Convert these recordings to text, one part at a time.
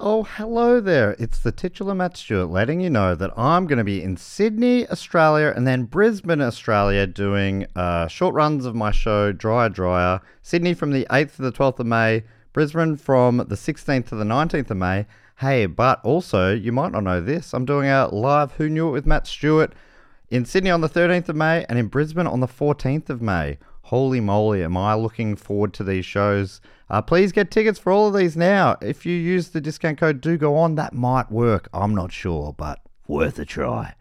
Oh, hello there. It's the titular Matt Stewart letting you know that I'm going to be in Sydney, Australia, and then Brisbane, Australia, doing uh, short runs of my show, Dryer Dryer. Sydney from the 8th to the 12th of May, Brisbane from the 16th to the 19th of May. Hey, but also, you might not know this, I'm doing a live Who Knew It with Matt Stewart in Sydney on the 13th of May and in Brisbane on the 14th of May. Holy moly, am I looking forward to these shows. Uh, please get tickets for all of these now. If you use the discount code do go on, that might work. I'm not sure, but worth a try.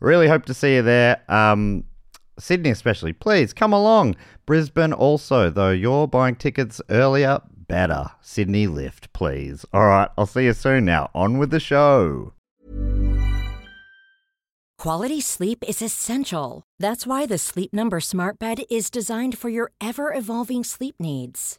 Really hope to see you there. Um, Sydney, especially, please come along. Brisbane, also, though you're buying tickets earlier, better. Sydney lift, please. All right, I'll see you soon now. On with the show. Quality sleep is essential. That's why the Sleep Number Smart Bed is designed for your ever evolving sleep needs.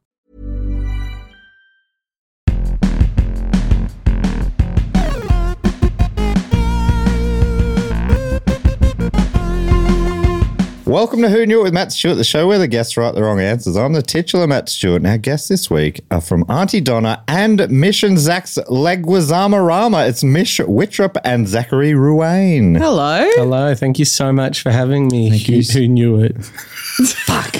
Welcome to Who Knew It with Matt Stewart, the show where the guests write the wrong answers. I'm the titular Matt Stewart, and our guests this week are from Auntie Donna and Mission Zach's Leguizamo Rama. It's Mish Wittrup and Zachary Ruane. Hello. Hello, thank you so much for having me. who, who knew it? Fuck.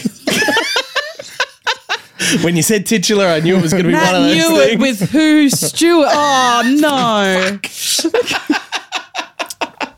when you said titular, I knew it was going to be one of Matt those knew things. it with who? Stuart. Oh, no.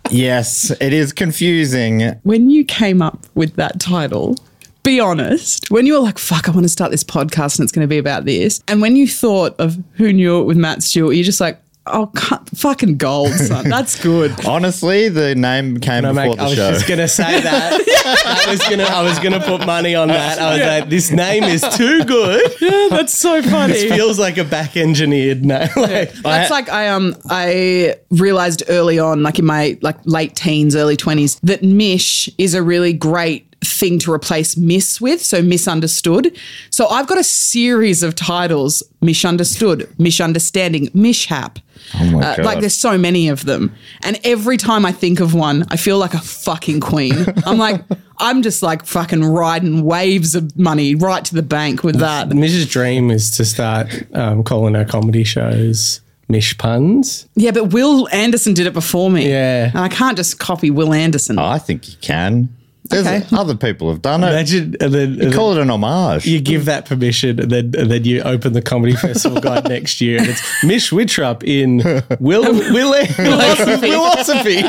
Yes, it is confusing. When you came up with that title, be honest, when you were like, fuck, I want to start this podcast and it's going to be about this. And when you thought of who knew it with Matt Stewart, you're just like, oh, cu- fucking gold, son. That's good. Honestly, the name came No, before mate, the I was show. just gonna say that. I was gonna, I was gonna put money on that. I was like, this name is too good. Yeah, that's so funny. It feels like a back engineered name. Like, That's like I um I realized early on, like in my like late teens, early twenties, that Mish is a really great thing to replace miss with, so misunderstood. So I've got a series of titles: misunderstood, misunderstanding, mishap. Oh my Uh, like there's so many of them, and every time I think of one, I feel like a fucking queen. I'm like, I'm just like fucking riding waves of money right to the bank with that. Mish's dream is to start um, calling her comedy shows Mish puns. Yeah, but Will Anderson did it before me. Yeah. And I can't just copy Will Anderson. I think you can. There's Okay. other people have done it. Imagine and then, and then Call it an homage. you give that permission, and then and then you open the comedy festival guide next year, and it's Mish Wittrup in Will Will like, philosophy.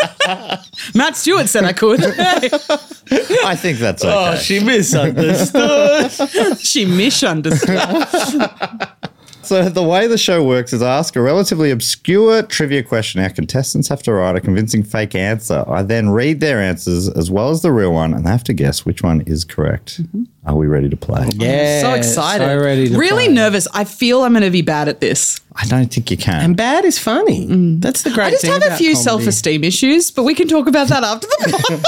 Matt Stewart said I could. I think that's okay. Oh, she misunderstood. she misunderstood. So the way the show works is I ask a relatively obscure trivia question. Our contestants have to write a convincing fake answer. I then read their answers as well as the real one, and they have to guess which one is correct. Mm-hmm. Are we ready to play? Yeah, so excited. so ready to really play. nervous. I feel I'm going to be bad at this. I don't think you can. And bad is funny. That's the great. Mm. I just thing have a about few comedy. self esteem issues, but we can talk about that after the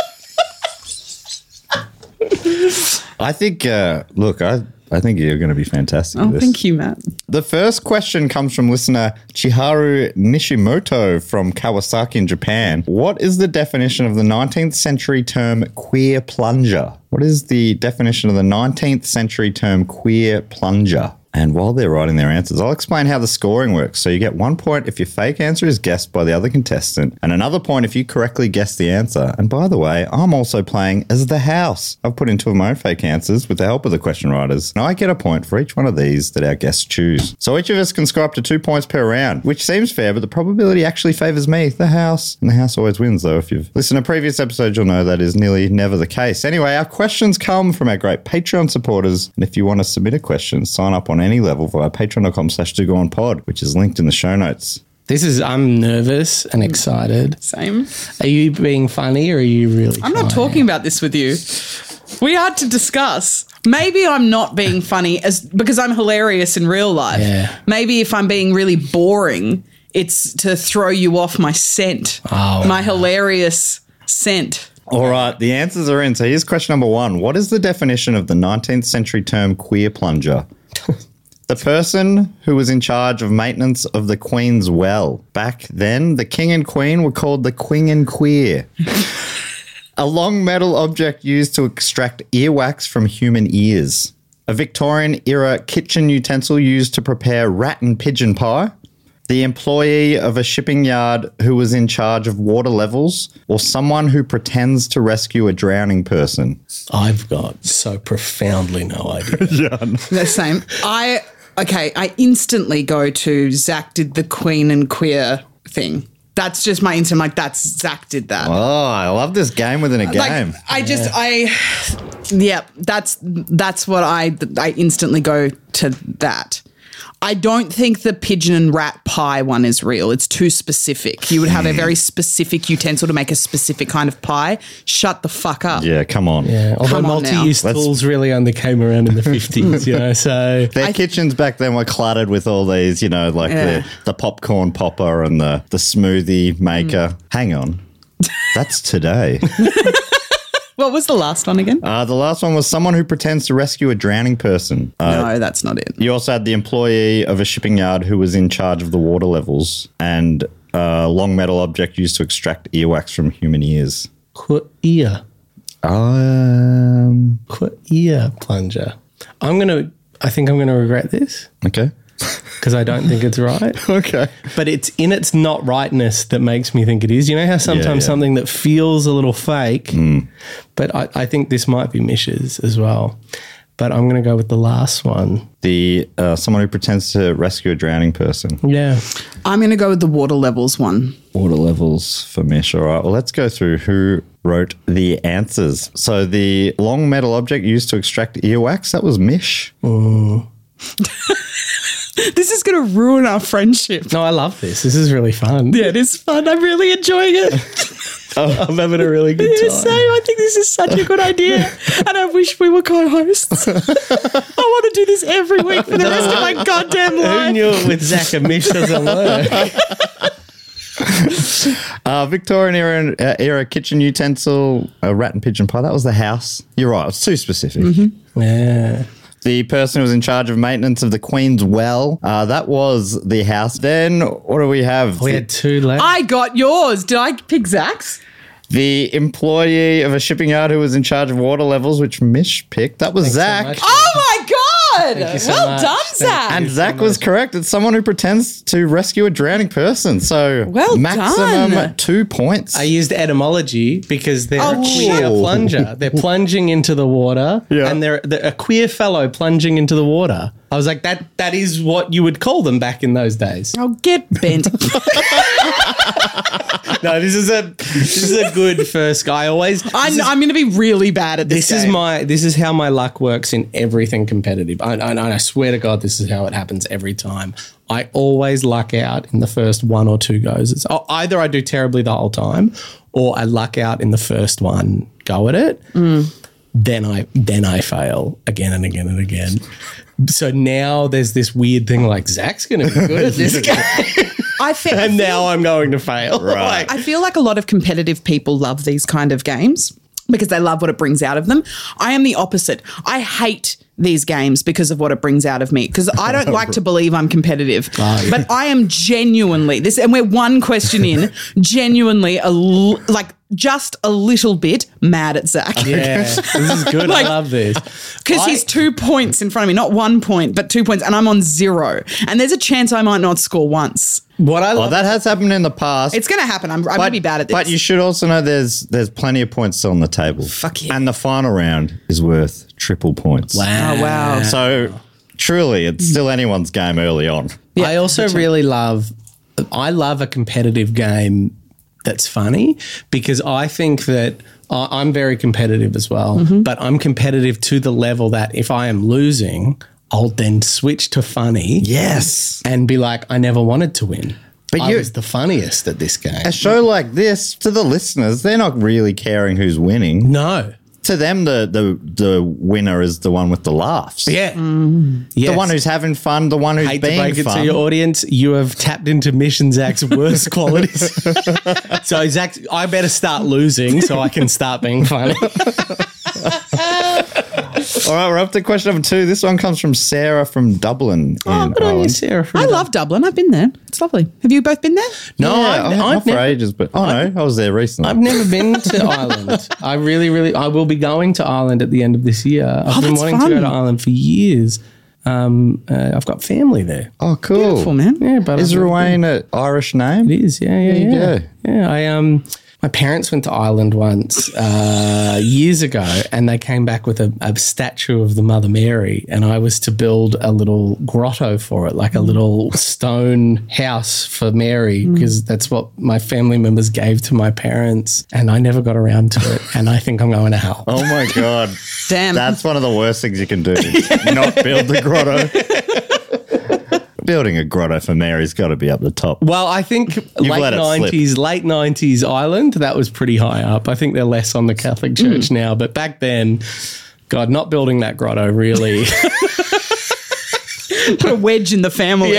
podcast. I think. Uh, look, I I think you're going to be fantastic. oh, thank you, Matt. The first question comes from listener Chiharu Nishimoto from Kawasaki in Japan. What is the definition of the 19th century term queer plunger? What is the definition of the 19th century term queer plunger? And while they're writing their answers, I'll explain how the scoring works. So you get one point if your fake answer is guessed by the other contestant, and another point if you correctly guess the answer. And by the way, I'm also playing as the house. I've put in two of my own fake answers with the help of the question writers, and I get a point for each one of these that our guests choose. So each of us can score up to two points per round, which seems fair, but the probability actually favors me, the house. And the house always wins, though. If you've listened to previous episodes, you'll know that is nearly never the case. Anyway, our questions come from our great Patreon supporters. And if you want to submit a question, sign up on any level via patreon.com slash do go on pod, which is linked in the show notes. This is. I'm nervous Mm. and excited. Same. Are you being funny or are you really? I'm not trying? talking about this with you. We are to discuss. Maybe I'm not being funny as because I'm hilarious in real life. Yeah. Maybe if I'm being really boring, it's to throw you off my scent. Oh. my hilarious scent. All right, the answers are in. So here's question number one What is the definition of the 19th century term queer plunger? the person who was in charge of maintenance of the Queen's well. Back then, the King and Queen were called the Queen and Queer. A long metal object used to extract earwax from human ears. A Victorian era kitchen utensil used to prepare rat and pigeon pie. The employee of a shipping yard who was in charge of water levels, or someone who pretends to rescue a drowning person. I've got so profoundly no idea. The same. I okay. I instantly go to Zach did the Queen and queer thing. That's just my instant. Like that's Zach did that. Oh, I love this game within a game. Like, I just I yeah, that's that's what I I instantly go to that. I don't think the pigeon and rat pie one is real. It's too specific. You would have a very specific utensil to make a specific kind of pie. Shut the fuck up. yeah, come on. Yeah, although Come on now. multi-use Let's- tools really only came around in the fifties, you know. So Their kitchens back then were cluttered with all these, you know, like Yeah. the, the popcorn popper and the, the smoothie maker. Hang on. That's today. What was the last one again? Uh, the last one was someone who pretends to rescue a drowning person. Uh, no, that's not it. you also had the employee of a shipping yard who was in charge of the water levels and a long metal object used to extract earwax from human ears. queer, ear, Um, queer ear plunger. I'm gonna. I think I'm gonna regret this okay. because I don't think it's right. Okay. But it's in its not rightness that makes me think it is. You know how sometimes yeah. Mm. something that feels a little fake, but I, I think this might be Mish's as well. But I'm going to go with the last one. The uh, someone who pretends to rescue a drowning person. Yeah. I'm going to go with the water levels one. Water levels for mesh. All right. Well, let's go through who wrote the answers. So the long metal object used to extract earwax, that was Mish. This is going to ruin our friendship. No, I love this. This is really fun. Yeah, it is fun. I'm really enjoying it. Oh. I'm having a really good It time. is so. I think this is such a good idea, and I wish we were co-hosts. I want to do this every week for the rest of my goddamn Who life. knew it with Zach and Mish doesn't work? Uh, Victorian era, uh, era kitchen utensil, a rat and pigeon pie. That was the house. You're right. It's too specific. yeah. The person who was in charge of maintenance of the Queen's Well, uh, that was the house. Then what do we have? We the, had two left. I got yours. Did I pick Zach's? the employee of a shipping yard who was in charge of water levels, which Mish picked. That was Zach. much. Oh my god! you so well much. done, Thank Zach. And Zach was correct. It's someone who pretends to rescue a drowning person. So Well maximum done. two points. I used etymology because they're a Oh, queer shut- plunger. They're plunging into the water, Yeah. and they're, they're a queer fellow plunging into the water. I was like, that that is what you would call them back in those days. I'll get bent. No, this is a this is a good first guy. I Always, I'm, I'm going to be really bad at this. this is game. my this is how my luck works in everything competitive. I, I, I swear to God, this is how it happens every time. I always luck out in the first one or two goes. It's oh, either I do terribly the whole time, or I luck out in the first one go at it. Then I then I fail again and again and again. So now there's this weird thing like Zach's going to be good at this game, I fe- and now I'm going to fail. Right. I feel like a lot of competitive people love these kind of games because they love what it brings out of them. I am the opposite. I hate these games because of what it brings out of me because I don't like to believe I'm competitive. But I am genuinely this and we're one question in, genuinely a l- like just a little bit mad at Zach yeah, this is good. I love this. because he's two points in front of me, not one point, but two points and I'm on zero. And there's a chance I might not score once. What I well, love oh, that has happened in the past. It's going to happen. I'm, I'm going to be bad at this. But you should also know there's there's plenty of points still on the table. Fuck yeah. And the final round is worth triple points. Ah, oh wow. So truly, it's still anyone's game early on. I also really love I love a competitive game that's funny because I think that I- I'm very competitive as well, Mm-hmm. but I'm competitive to the level that if I am losing, I'll then switch to funny Yes. and be like, I never wanted to win. But I you- was the funniest at this game. A show like this to the listeners, they're not really caring who's winning. No. to them the the the winner is the one with the laughs. Yeah. Mm. The one who's having fun, the one who's Hate to being break it fun. to your audience, you have tapped into Mission Zach's worst qualities. so Zach, I better start losing so I can start being funny. All right, we're up to question number two. This one comes from Sarah from Dublin in Oh, Good on you, Ireland. Sarah. I love Dublin. I've been there. It's lovely. Have you both been there? No, Yeah, I, I, I've not for never- ages, but oh no, I was there recently. I've never been to Ireland. I really, really, I will be going to Ireland at the end of this year. I've been that's wanting to go fun. to Ireland for years. Um, uh, I've got family there. oh, cool. Beautiful, man. Yeah, but Is I've never Ruane an Irish name? It is, yeah, yeah, There you yeah. go. Yeah, I um, my parents went to Ireland once uh, years ago, and they came back with a, a statue of the Mother Mary, and I was to build a little grotto for it, like a little stone house for Mary, Mm. because that's what my family members gave to my parents, and I never got around to it, and I think I'm going to hell. Oh my god. Damn. That's one of the worst things you can do. Not build the grotto. Building a grotto for Mary's got to be up the top. Well, I think let late it slip. nineties, late nineties Ireland, that was pretty high up. I think they're less on the Catholic Mm. Church now, but back then, God, not building that grotto really. Put a wedge in the family.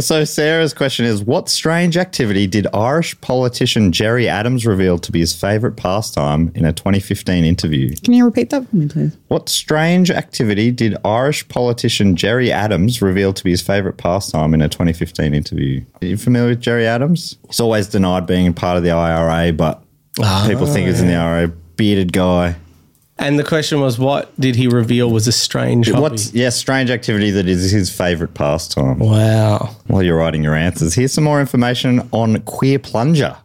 So Sarah's question is: What strange activity did Irish politician Jerry Adams reveal to be his favourite pastime in a 2015 interview? Can you repeat that for me, please? What strange activity did Irish politician Jerry Adams reveal to be his favourite pastime in a 2015 interview? Are you familiar with Jerry Adams? He's always denied being part of the IRA, but people think he's in the IRA. Bearded guy. And the question was, what did he reveal was a strange hobby? What's yeah, strange activity that is his favorite pastime. wow. While you're writing your answers, here's some more information on queer plunger.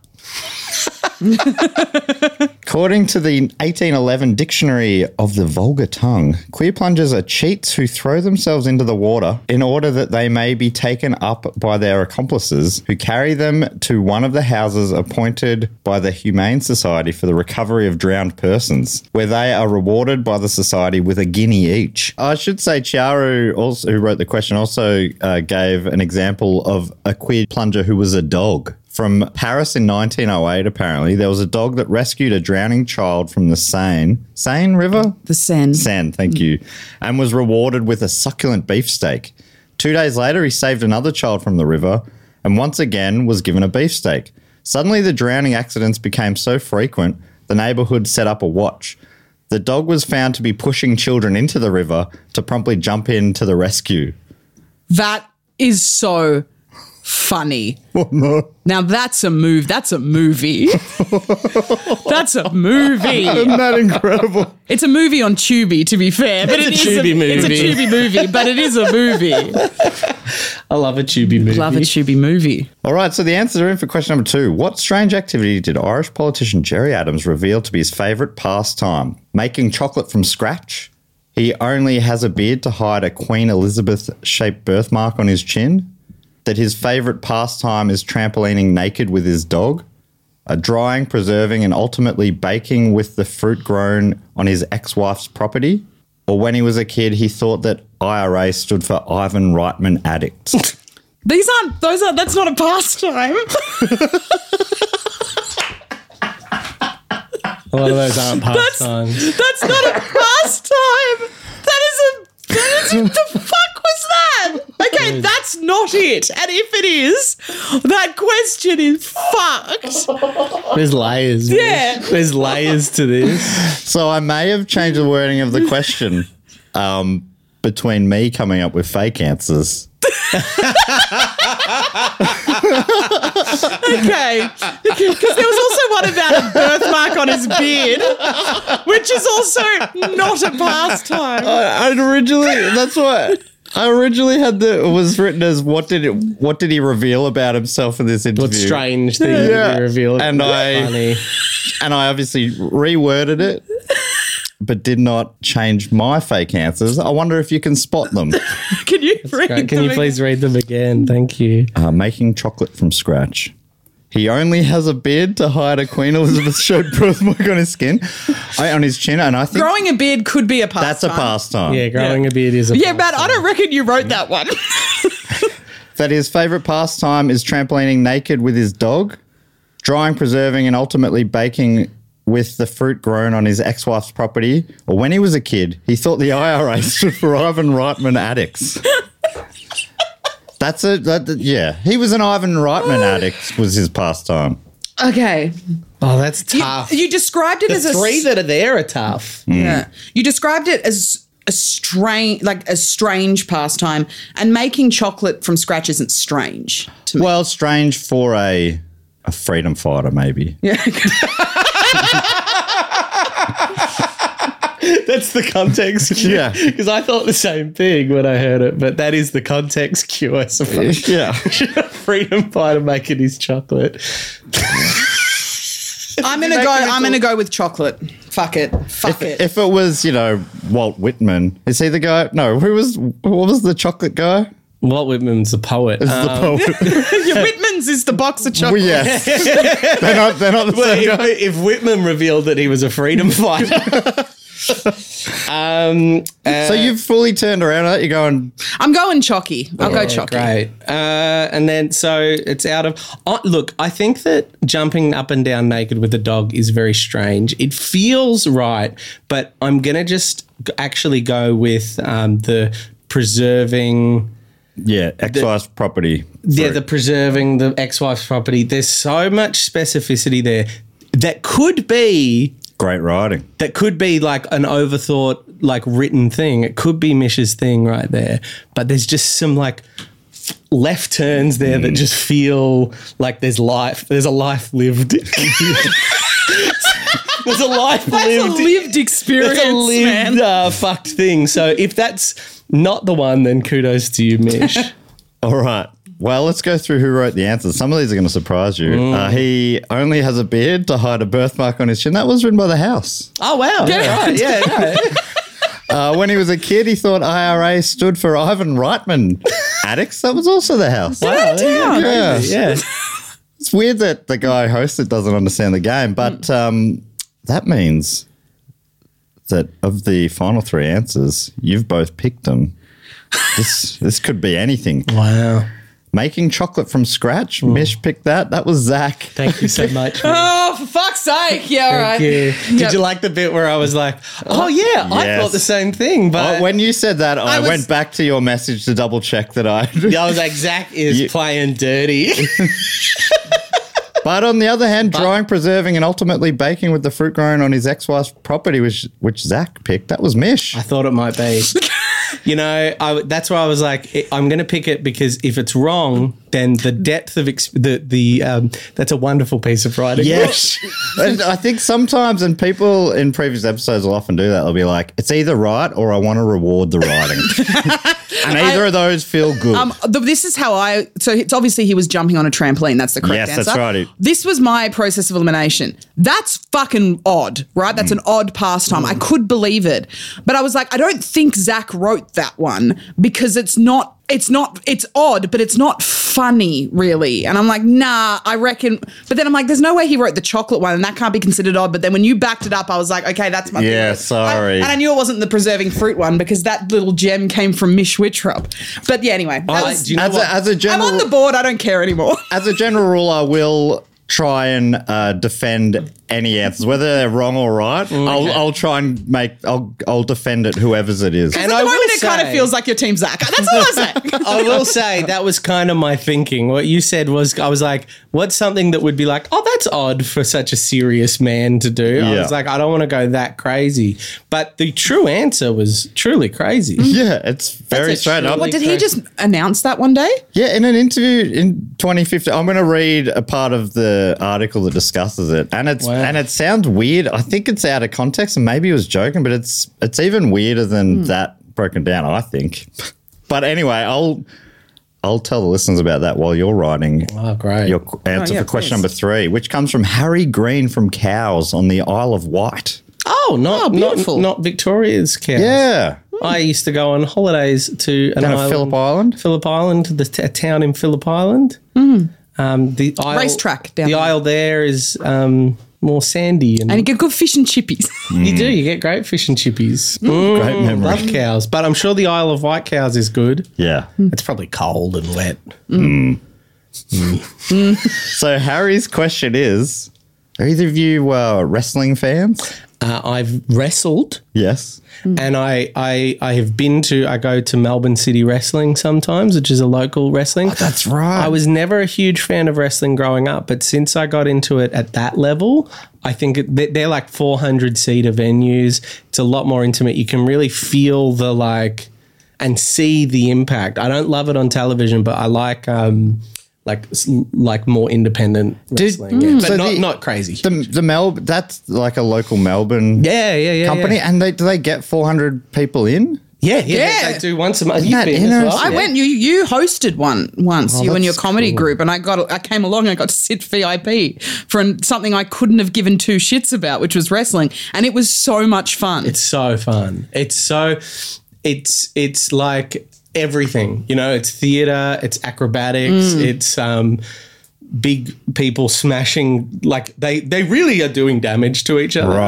According to the 1811 Dictionary of the Vulgar Tongue, queer plungers are cheats who throw themselves into the water in order that they may be taken up by their accomplices, who carry them to one of the houses appointed by the Humane Society for the Recovery of Drowned Persons, where they are rewarded by the society with a guinea each. I should say, Chiaru, also, who wrote the question, also uh, gave an example of a queer plunger who was a dog from Paris in 1908. Apparently, there was a dog that rescued a drowning child from the Seine, Seine River, The Sen. Seine. Thank you, and was rewarded with a succulent beefsteak. Two days later, he saved another child from the river, and once again was given a beefsteak. Suddenly, the drowning accidents became so frequent, the neighborhood set up a watch. The dog was found to be pushing children into the river to promptly jump in to the rescue. That is so funny. Now that's a move. That's a movie. that's a movie. Isn't that incredible? It's a movie on Tubi, to be fair. But It's it a is Tubi It's a movie. Tubi movie, but it is a movie. I love a tubey movie. Love a Tubi movie. All right, so the answers are in for question number two. What strange activity did Irish politician Jerry Adams reveal to be his favourite pastime? Making chocolate from scratch? He only has a beard to hide a Queen Elizabeth shaped birthmark on his chin? That his favourite pastime is trampolining naked with his dog? A drying, preserving, and ultimately baking with the fruit grown on his ex wife's property? Or when he was a kid, he thought that IRA stood for Ivan Reitman Addicts? These aren't those are that's not a pastime. A lot of those aren't pastimes. That's not a pastime. That is a that is the fuck was that? Okay, that's not it. And if it is, that question is fucked. There's layers. Mish. Yeah. There's layers to this. So I may have changed the wording of the question um, between me coming up with fake answers. Okay. Because there was also one about a birthmark on his beard, which is also not a pastime. I originally that's what I originally had the it was written as what did it what did he reveal about himself in this interview? What's strange thing yeah. Yeah. you reveal. And I- Funny. And I obviously reworded it. But did not change my fake answers. I wonder if you can spot them. Can you read Great. Can them you please read them again? Thank you. Uh, making chocolate from scratch. He only has a beard to hide a Queen Elizabeth showed birthmark on his skin, I, on his chin, and I think Growing a beard could be a pastime. that's a pastime. Yeah, growing a beard is a Yeah, Matt, I don't reckon you wrote that one. that his favorite pastime is trampolining naked with his dog, drying, preserving, and ultimately baking with the fruit grown on his ex wife's property, or when he was a kid, he thought the IRA stood for Ivan Reitman Addicts. That's a, that, that- yeah. He was an Ivan Reitman addict, was his pastime. Okay. Oh, that's You, tough. you described it as the a three that are there are tough. Hmm. Yeah. You described it as a strange like a strange pastime and making chocolate from scratch isn't strange to me. Well, strange for a, a freedom fighter, maybe. That's the context cue. Yeah. Because I thought the same thing when I heard it, but that is the context cue, I suppose. Yeah. Freedom fighter making his chocolate. I'm going to go I'm going to go with chocolate. Fuck it. Fuck it. if it was, you know, Walt Whitman, is he the guy? No, who was, what was the chocolate guy? Walt Whitman's a poet. It's the poet. Your Whitman's is the box of Well, chocolate. yes. they're not. They're not the Well, same. Uh, if, if Whitman revealed that he was a freedom fighter, um, so you've fully turned around. aren't you? You're going. I'm going chocky. I'll go chocky. Oh, great. Uh, and then so it's out of. I look, I think that jumping up and down naked with a dog is very strange. It feels right, but I'm gonna just g- actually go with um, the preserving. Yeah, excise property. Yeah, the preserving the ex-wife's property. There's so much specificity there that could be Great writing. that could be like an overthought, like written thing. It could be Mish's thing right there. But there's just some like left turns there that just feel like there's life. There's a life lived. there's a life lived. lived experience, That's a lived uh, fucked thing. So if that's not the one, then kudos to you, Mish. All right. Well, let's go through who wrote the answers. Some of these are going to surprise you. Uh, he only has a beard to hide a birthmark on his chin. That was written by the house. oh wow! Yeah, right. yeah. no. Uh, when he was a kid, he thought IRA stood for Ivan Reitman. Addicts. That was also the house. Wow, Oh, yeah, Yeah. crazy, yeah. It's weird that the guy who hosts it doesn't understand the game, but um, that means that of the final three answers, you've both picked them. This this could be anything. Wow. Making chocolate from scratch. Mish picked that. That was Zach. Thank you so much. Oh, for fuck's sake. Yeah, all right. Yeah. Did Yep. you like the bit where I was like, "Oh yeah, I Yes. thought the same thing," but Oh, when you said that, I, was- went back to your message to double check that I. I was like, "Zach is You- playing dirty." But on the other hand, drying, preserving, and ultimately baking with the fruit grown on his ex-wife's property, which which Zach picked. That was Mish. I thought it might be. You know, I w that's why I was like, i I'm going to pick it because if it's wrong, then the depth of exp- the the um, that's a wonderful piece of writing. Yes. and I think sometimes, and people in previous episodes will often do that, they'll be like, it's either right or I want to reward the writing. and either of those feel good. Um, th- this is how I. So it's obviously he was jumping on a trampoline. That's the correct Yes, answer. that's right. This was my process of elimination. That's fucking odd, right? That's Mm. an odd pastime. I could believe it, but I was like, I don't think Zach wrote that one because it's not. It's not. It's odd, but it's not funny, really. And I'm like, nah, I reckon. But then I'm like, there's no way he wrote the chocolate one, and that can't be considered odd. But then when you backed it up, I was like, okay, that's my. Yeah, I- sorry. and I knew it wasn't the preserving fruit one because that little gem came from Mish Wittrup. But yeah, anyway, that I- was- do you know as, what? a, as, a I'm general, on the board. I don't care anymore. as a general rule, I will try and uh, defend any answers, whether they're wrong or right. I'll, I'll try and make, I'll, I'll defend it, whoever's it is. And At I the will moment, it kind of say- feels like your team Zach. That's all I say. I will say that was kind of my thinking. What you said was, I was like, what's something that would be like, oh, that's odd for such a serious man to do? I Yeah. was like, I don't want to go that crazy. But the true answer was truly crazy. yeah, it's very a straight up. truly What did he just announce that one day? Yeah, in an interview in 2015, I'm going to read a part of the article that discusses it, and it's Wow. and it sounds weird. I think it's out of context, and maybe he was joking, but it's it's even weirder Hmm. than that broken down. I think. But anyway, I'll I'll tell the listeners about that while you're writing Oh, great. your qu- answer yeah, for question please. number three, which comes from Harry Green from Cows on the Isle of Wight. oh, not, Oh, not, beautiful. not Victoria's cows. Yeah, I used to go on holidays to an down at island, Phillip Island. Phillip Island, the t- a town in Phillip Island. Um, the isle, Mm. Racetrack down the there. isle there is um, more sandy, and, And you get good fish and chippies. Mm. you do you get great fish and chippies. Great Mm, memory. love cows, but I'm sure the Isle of White cows is good. Yeah. It's probably cold and wet. So Harry's question is Are either of you uh, wrestling fans? Uh, I've wrestled Yes. and I, I I have been to I go to Melbourne City Wrestling sometimes, which is a local wrestling. that's right. I was never a huge fan of wrestling growing up, but since I got into it at that level, I think it, they- they're like 400 seater venues. It's a lot more intimate. You can really feel the like and see the impact. I don't love it on television, but I like um like s- like more independent wrestling, yeah. but mm, so not the- not crazy. The the Mel that's like a local Melbourne yeah, yeah, yeah. company, yeah, and they do they get four hundred people in? yeah, yeah. Yeah. They do once a month. that You've been as inter- well. I Yeah. Oh, went. You you hosted one once. you and your that's comedy group, and I got. I came along and I got to sit VIP for an- something I couldn't have given two shits about, which was wrestling, and it was so much fun. It's so fun. It's so it's it's like everything. You know, it's theater, it's acrobatics, it's um big people smashing like they they really are doing damage to each other.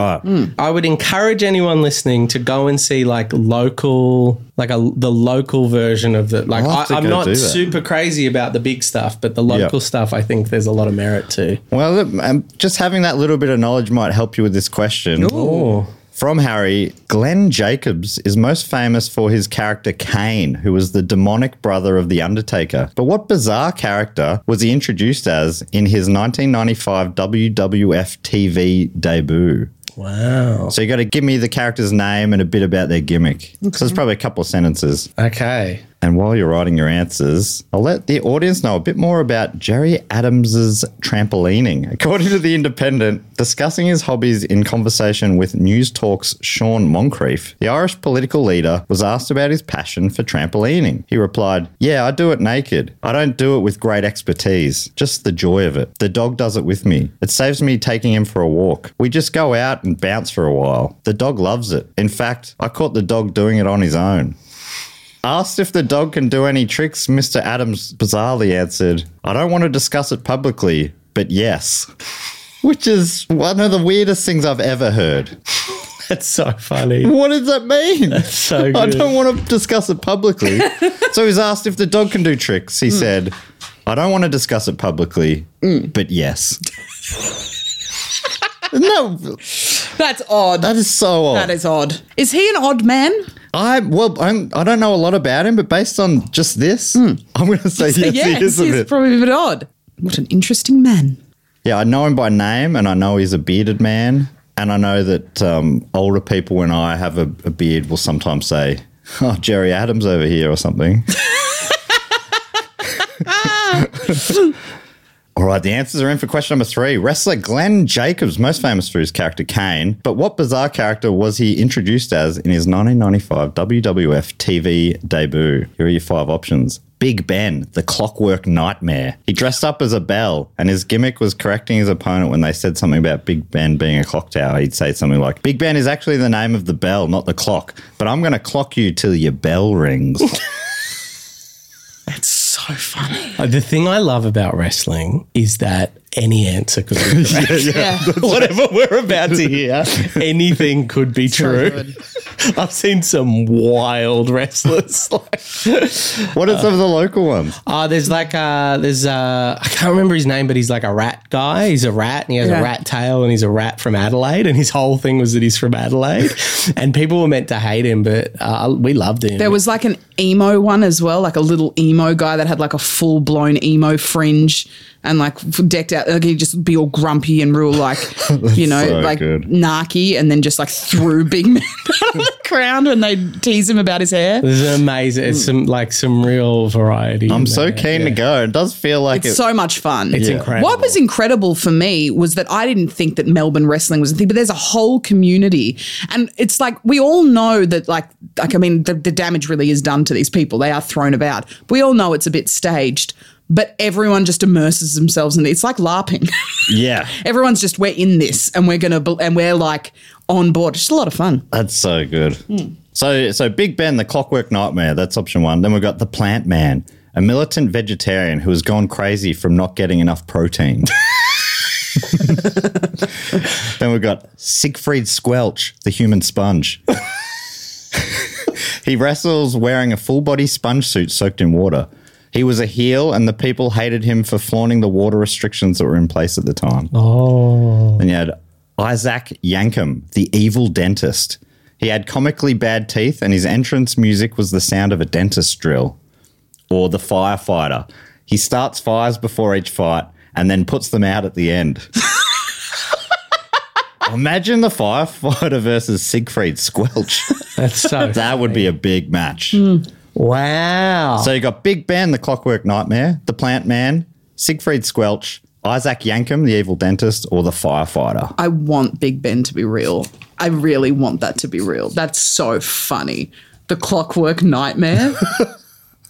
I would encourage anyone listening to go and see like local, like a the local version of the. Like I'll have to I, I'm go do not that. super crazy about the big stuff, but the local stuff I think there's a lot of merit to. Well, look, um, just having that little bit of knowledge might help you with this question. Oh, From Harry, Glenn Jacobs is most famous for his character Kane, who was the demonic brother of The Undertaker. But what bizarre character was he introduced as in his 1995 WWF TV debut? wow. So you got to give me the character's name and a bit about their gimmick. So it's probably a couple of sentences. Okay. And while you're writing your answers, I'll let the audience know a bit more about Jerry Adams's trampolining. According to The Independent, discussing his hobbies in conversation with News Talk's Sean Moncrief, the Irish political leader was asked about his passion for trampolining. He replied, Yeah, I do it naked. I don't do it with great expertise, just the joy of it. The dog does it with me. It saves me taking him for a walk. We just go out and bounce for a while. The dog loves it. In fact, I caught the dog doing it on his own. Asked if the dog can do any tricks, Mr. Adams bizarrely answered, I don't want to discuss it publicly, but yes. Which is one of the weirdest things I've ever heard. That's so funny. What does that mean? so I good. don't want to discuss it publicly. so he's asked if the dog can do tricks. He said, I don't want to discuss it publicly, but yes. no, That's odd. that is so odd. that is odd. Is he an odd man? I well, I'm, I don't know a lot about him, but based on just this, I'm going to say yes, he is a he's bit. probably a bit odd. What an interesting man. Yeah, I know him by name, and I know he's a bearded man, and I know that um, older people, when I have a, a beard, will sometimes say, "Oh, Jerry Adams over here" or something. All right, the answers are in for question number three. Wrestler Glenn Jacobs, most famous for his character Kane, but what bizarre character was he introduced as in his 1995 WWF TV debut? Here are your five options. Big Ben, the clockwork nightmare. He dressed up as a bell, and his gimmick was correcting his opponent when they said something about Big Ben being a clock tower. He'd say something like, Big Ben is actually the name of the bell, not the clock, but I'm going to clock you till your bell rings. That's so funny. Uh, The thing I love about wrestling is that any answer could be correct. Whatever we're about to hear, anything could be true. good. I've seen some wild wrestlers. Like, what are some of the local ones? uh, there's like uh there's uh I can't remember his name, but he's like a rat guy. He's a rat and he has Yeah. a rat tail and he's a rat from Adelaide. And his whole thing was that he's from Adelaide. and people were meant to hate him, but uh, we loved him. There was like an emo one as well, like a little emo guy that had like a full blown emo fringe and like f- decked out. Like he'd just be all grumpy and real, like, you know, so like good. narky, and then just like threw Big Man out of the ground when they tease him about his hair. This is amazing. Hmm. It's some like some real variety. I'm so keen to go. It does feel like It's it, so much fun. It's incredible. What was incredible for me was that I didn't think that Melbourne wrestling was a thing, but there's a whole community, and it's like we all know that, like, like I mean, the, the damage really is done to these people. They are thrown about. We all know it's a bit staged, but everyone just immerses themselves in it. It's like LARPing. yeah. Everyone's just we're in this, and we're gonna, bel- and we're like on board. It's just a lot of fun. That's so good. So, so Big Ben, the Clockwork Nightmare. That's option one. Then we've got the Plant Man, a militant vegetarian who has gone crazy from not getting enough protein. then we've got Siegfried Squelch, the human sponge. he wrestles wearing a full body sponge suit soaked in water. He was a heel, and the people hated him for flaunting the water restrictions that were in place at the time. Oh. And you had Isaac Yankum, the evil dentist. He had comically bad teeth, and his entrance music was the sound of a dentist drill or the firefighter. He starts fires before each fight and then puts them out at the end. Imagine the firefighter versus Siegfried Squelch. That's so. That would be a big match. wow. So you got Big Ben, the Clockwork Nightmare, the Plant Man, Siegfried Squelch, Isaac Yankum, the Evil Dentist, or the Firefighter. I want Big Ben to be real. I really want that to be real. That's so funny. The clockwork nightmare.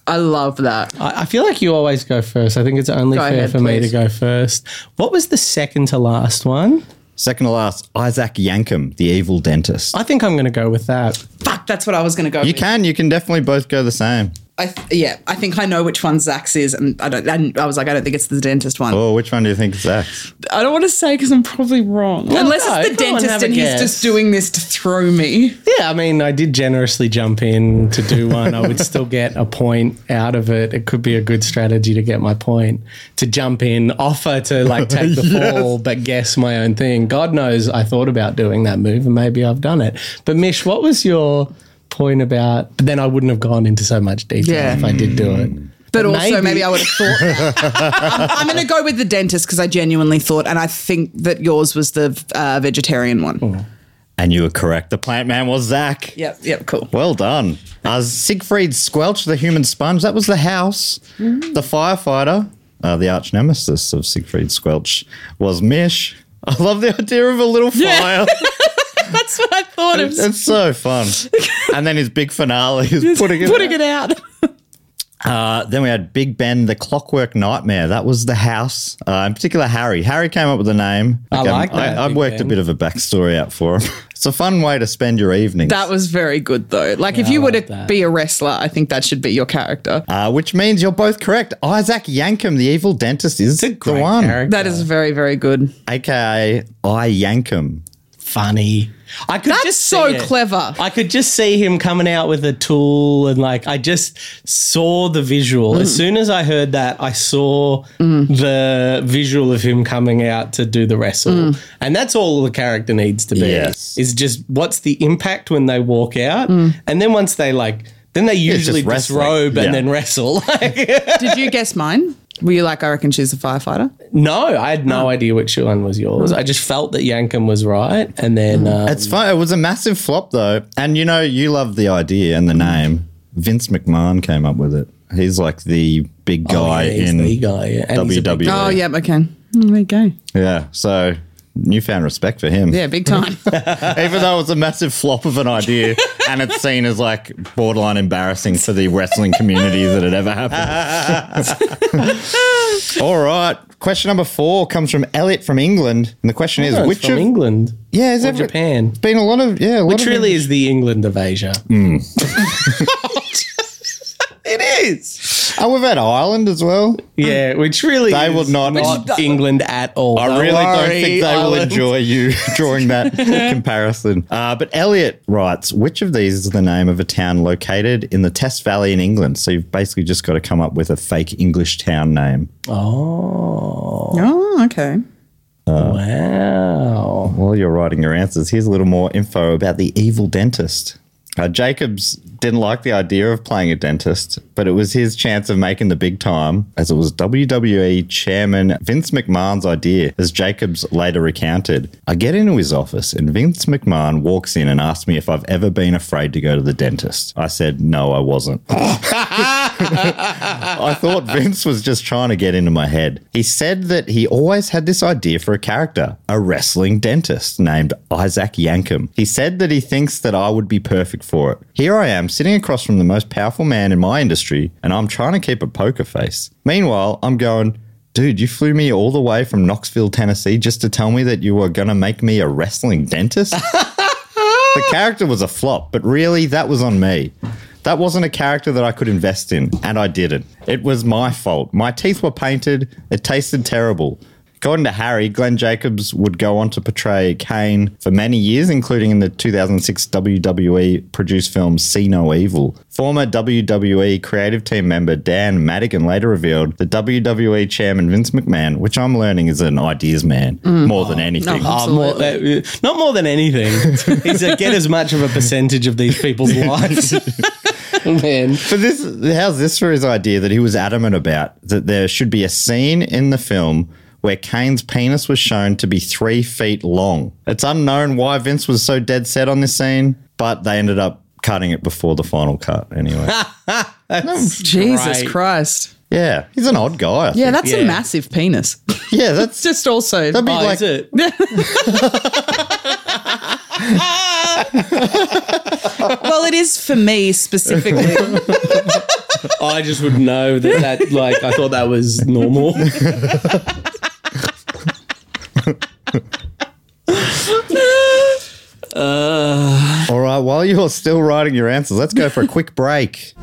I love that. I, I feel like you always go first. I think it's only Go fair ahead, for me please. to go first. What was the second to last one? Second to last, Isaac Yankum, the Evil Dentist. I think I'm going to go with that. Fuck, that's what I was going to go. You with. can, you can definitely both go the same. I th- yeah, I think I know which one Zach's is, and I don't. And I was like, I don't think it's the dentist one. Oh, which one do you think is Zach's? I don't want to say because I'm probably wrong. Unless no, it's the come on, have dentist a and he's guess. just doing this to throw me. Yeah, I mean, I did generously jump in to do one. I would still get a point out of it. It could be a good strategy to get my point to jump in, offer to like take the fall, but guess my own thing. God knows I thought about doing that move and maybe I've done it. But Mish, what was your point about? But then I wouldn't have gone into so much detail Yeah. if I did do it. But also, maybe, maybe- I would have thought. That. I'm, going to go with the dentist because I genuinely thought, and I think that yours was the uh, vegetarian one. And you were correct. The Plant Man was Zach. Yep, yep, cool. Well done. Uh, Siegfried Squelch, the human sponge, that was the house. The firefighter, uh, the arch nemesis of Siegfried Squelch, was Mish. I love the idea of a little fire. That's what I thought of. it's so fun. And then his big finale is putting it. Putting it out. Uh, then we had Big Ben, the Clockwork Nightmare. That was the house. Uh, in particular, Harry. Harry came up with the name. I like that, I, have Big worked a Ben. bit of a backstory out for him. it's a fun way to spend your evening. That was very good though. Like if you were to be a wrestler, I think that should be your character. Uh, which means you're both correct. Isaac Yankum, the evil dentist, is the Great one, character. That is very, very good. aka I Yankum. funny. I could That's just see so it. clever. I could just see him coming out with a tool and like I just saw the visual. Mm. As soon as I heard that, I saw the visual of him coming out to do the wrestle. Mm. And that's all the character needs to be. Yes. Is just what's the impact when they walk out? Mm. And then once they like then they just usually wrestling. disrobe Yeah. and then wrestle. Did you guess mine? Were you like, I reckon she's a firefighter? no, I had no idea which one was Hmm. yours. I just felt that Yankum was right. And then uh, It's fun. It was a massive flop though, and you know you love the idea and the name. Vince McMahon came up with it. He's like the big guy Oh, yeah, he's in E, the guy, yeah. And he's a big WWE. Oh yeah, okay. Mm, There you go. yeah. So newfound respect for him. Yeah, big time. Even though it was a massive flop of an idea, and it's seen as like borderline embarrassing for the wrestling community that it ever happened. All right. Question number four comes from Elliot from England, and the question is, Oh, it's which from of England. yeah, is or every- Japan. It's been a lot of yeah, a lot Which of really is the England of Asia. Hmm. it is. Oh, we've had Ireland as well. Yeah, which really They is will not- not England at all. I really don't worry, think they will Ireland. enjoy you drawing that comparison. Uh, but Elliot writes, which of these is the name of a town located in the Test Valley in England? So you've basically just got to come up with a fake English town name. Oh, oh, okay. wow. While you're writing your answers, here's a little more info about the evil dentist. Uh, Jacobs didn't like the idea of playing a dentist, but it was his chance of making the big time, as it was WWE chairman Vince McMahon's idea, as Jacobs later recounted. I get into his office, and Vince McMahon walks in and asks me if I've ever been afraid to go to the dentist. I said, No, I wasn't. I thought Vince was just trying to get into my head. He said that he always had this idea for a character, a wrestling dentist named Isaac Yankum. He said that he thinks that I would be perfect for it. Here I am sitting across from the most powerful man in my industry, and I'm trying to keep a poker face. Meanwhile, I'm going, dude, you flew me all the way from Knoxville, Tennessee, just to tell me that you were going to make me a wrestling dentist? the character was a flop, but really, that was on me. That wasn't a character that I could invest in, and I didn't. It was my fault. My teeth were painted, it tasted terrible. According to Harry, Glenn Jacobs would go on to portray Kane for many years, including in the 2006 WWE E produced film See No Evil. Former WWE creative team member Dan Madigan later revealed that WWE chairman Vince McMahon, which I'm learning is an ideas man more than anything. Mm. Oh, more, uh, not more than anything. He's like, get as much of a percentage of these people's lives. Man. But this, how's this for his idea that he was adamant about that there should be a scene in the film where Kane's penis was shown to be three feet long. It's unknown why Vince was so dead set on this scene, but they ended up cutting it before the final cut anyway. Jesus Right. Christ. yeah, he's an odd guy. I Yeah, think. that's a massive penis. yeah, that's Just also. that'd be Oh, like is it? well, it is for me specifically. I just would know that, that, like, I thought that was normal. all right. While you're still writing your answers, let's go for a quick break.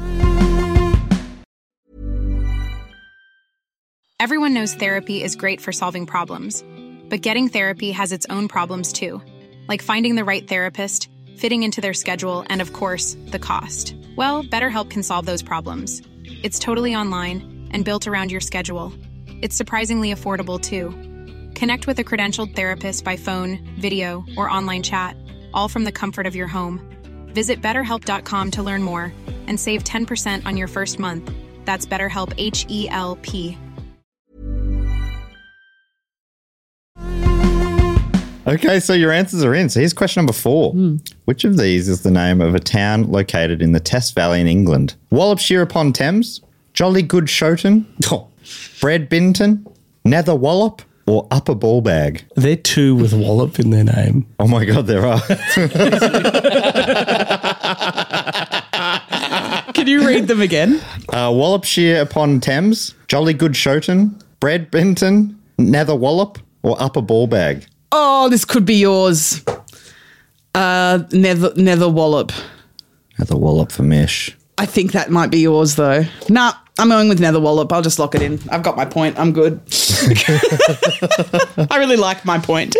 Everyone knows therapy is great for solving problems, but getting therapy has its own problems too, like finding the right therapist, fitting into their schedule, and of course, the cost. Well, BetterHelp can solve those problems. It's totally online and built around your schedule. It's surprisingly affordable too. Connect with a credentialed therapist by phone, video, or online chat, all from the comfort of your home. Visit betterhelp.com to learn more and save 10% on your first month. That's BetterHelp H E L P. Okay, so your answers are in. So here's question number four. Which of these is the name of a town located in the Tess Valley in England? Wallopshire upon Thames, Jolly Good Shoton, Bread Binton, Nether Wallop, or Upper Ballbag? They're two with wallop in their name. Oh my God, there are. Can you read them again? Uh, Wallopshire upon Thames, Jolly Good Shoton, Bread Binton, Nether Wallop, or Upper Ballbag? Oh, this could be yours. Uh, Nether, Nether Wallop. Nether Wallop for Mish. I think that might be yours though. Nah, I'm going with Nether Wallop. I'll just lock it in. I've got my point. I'm good. I really like my point.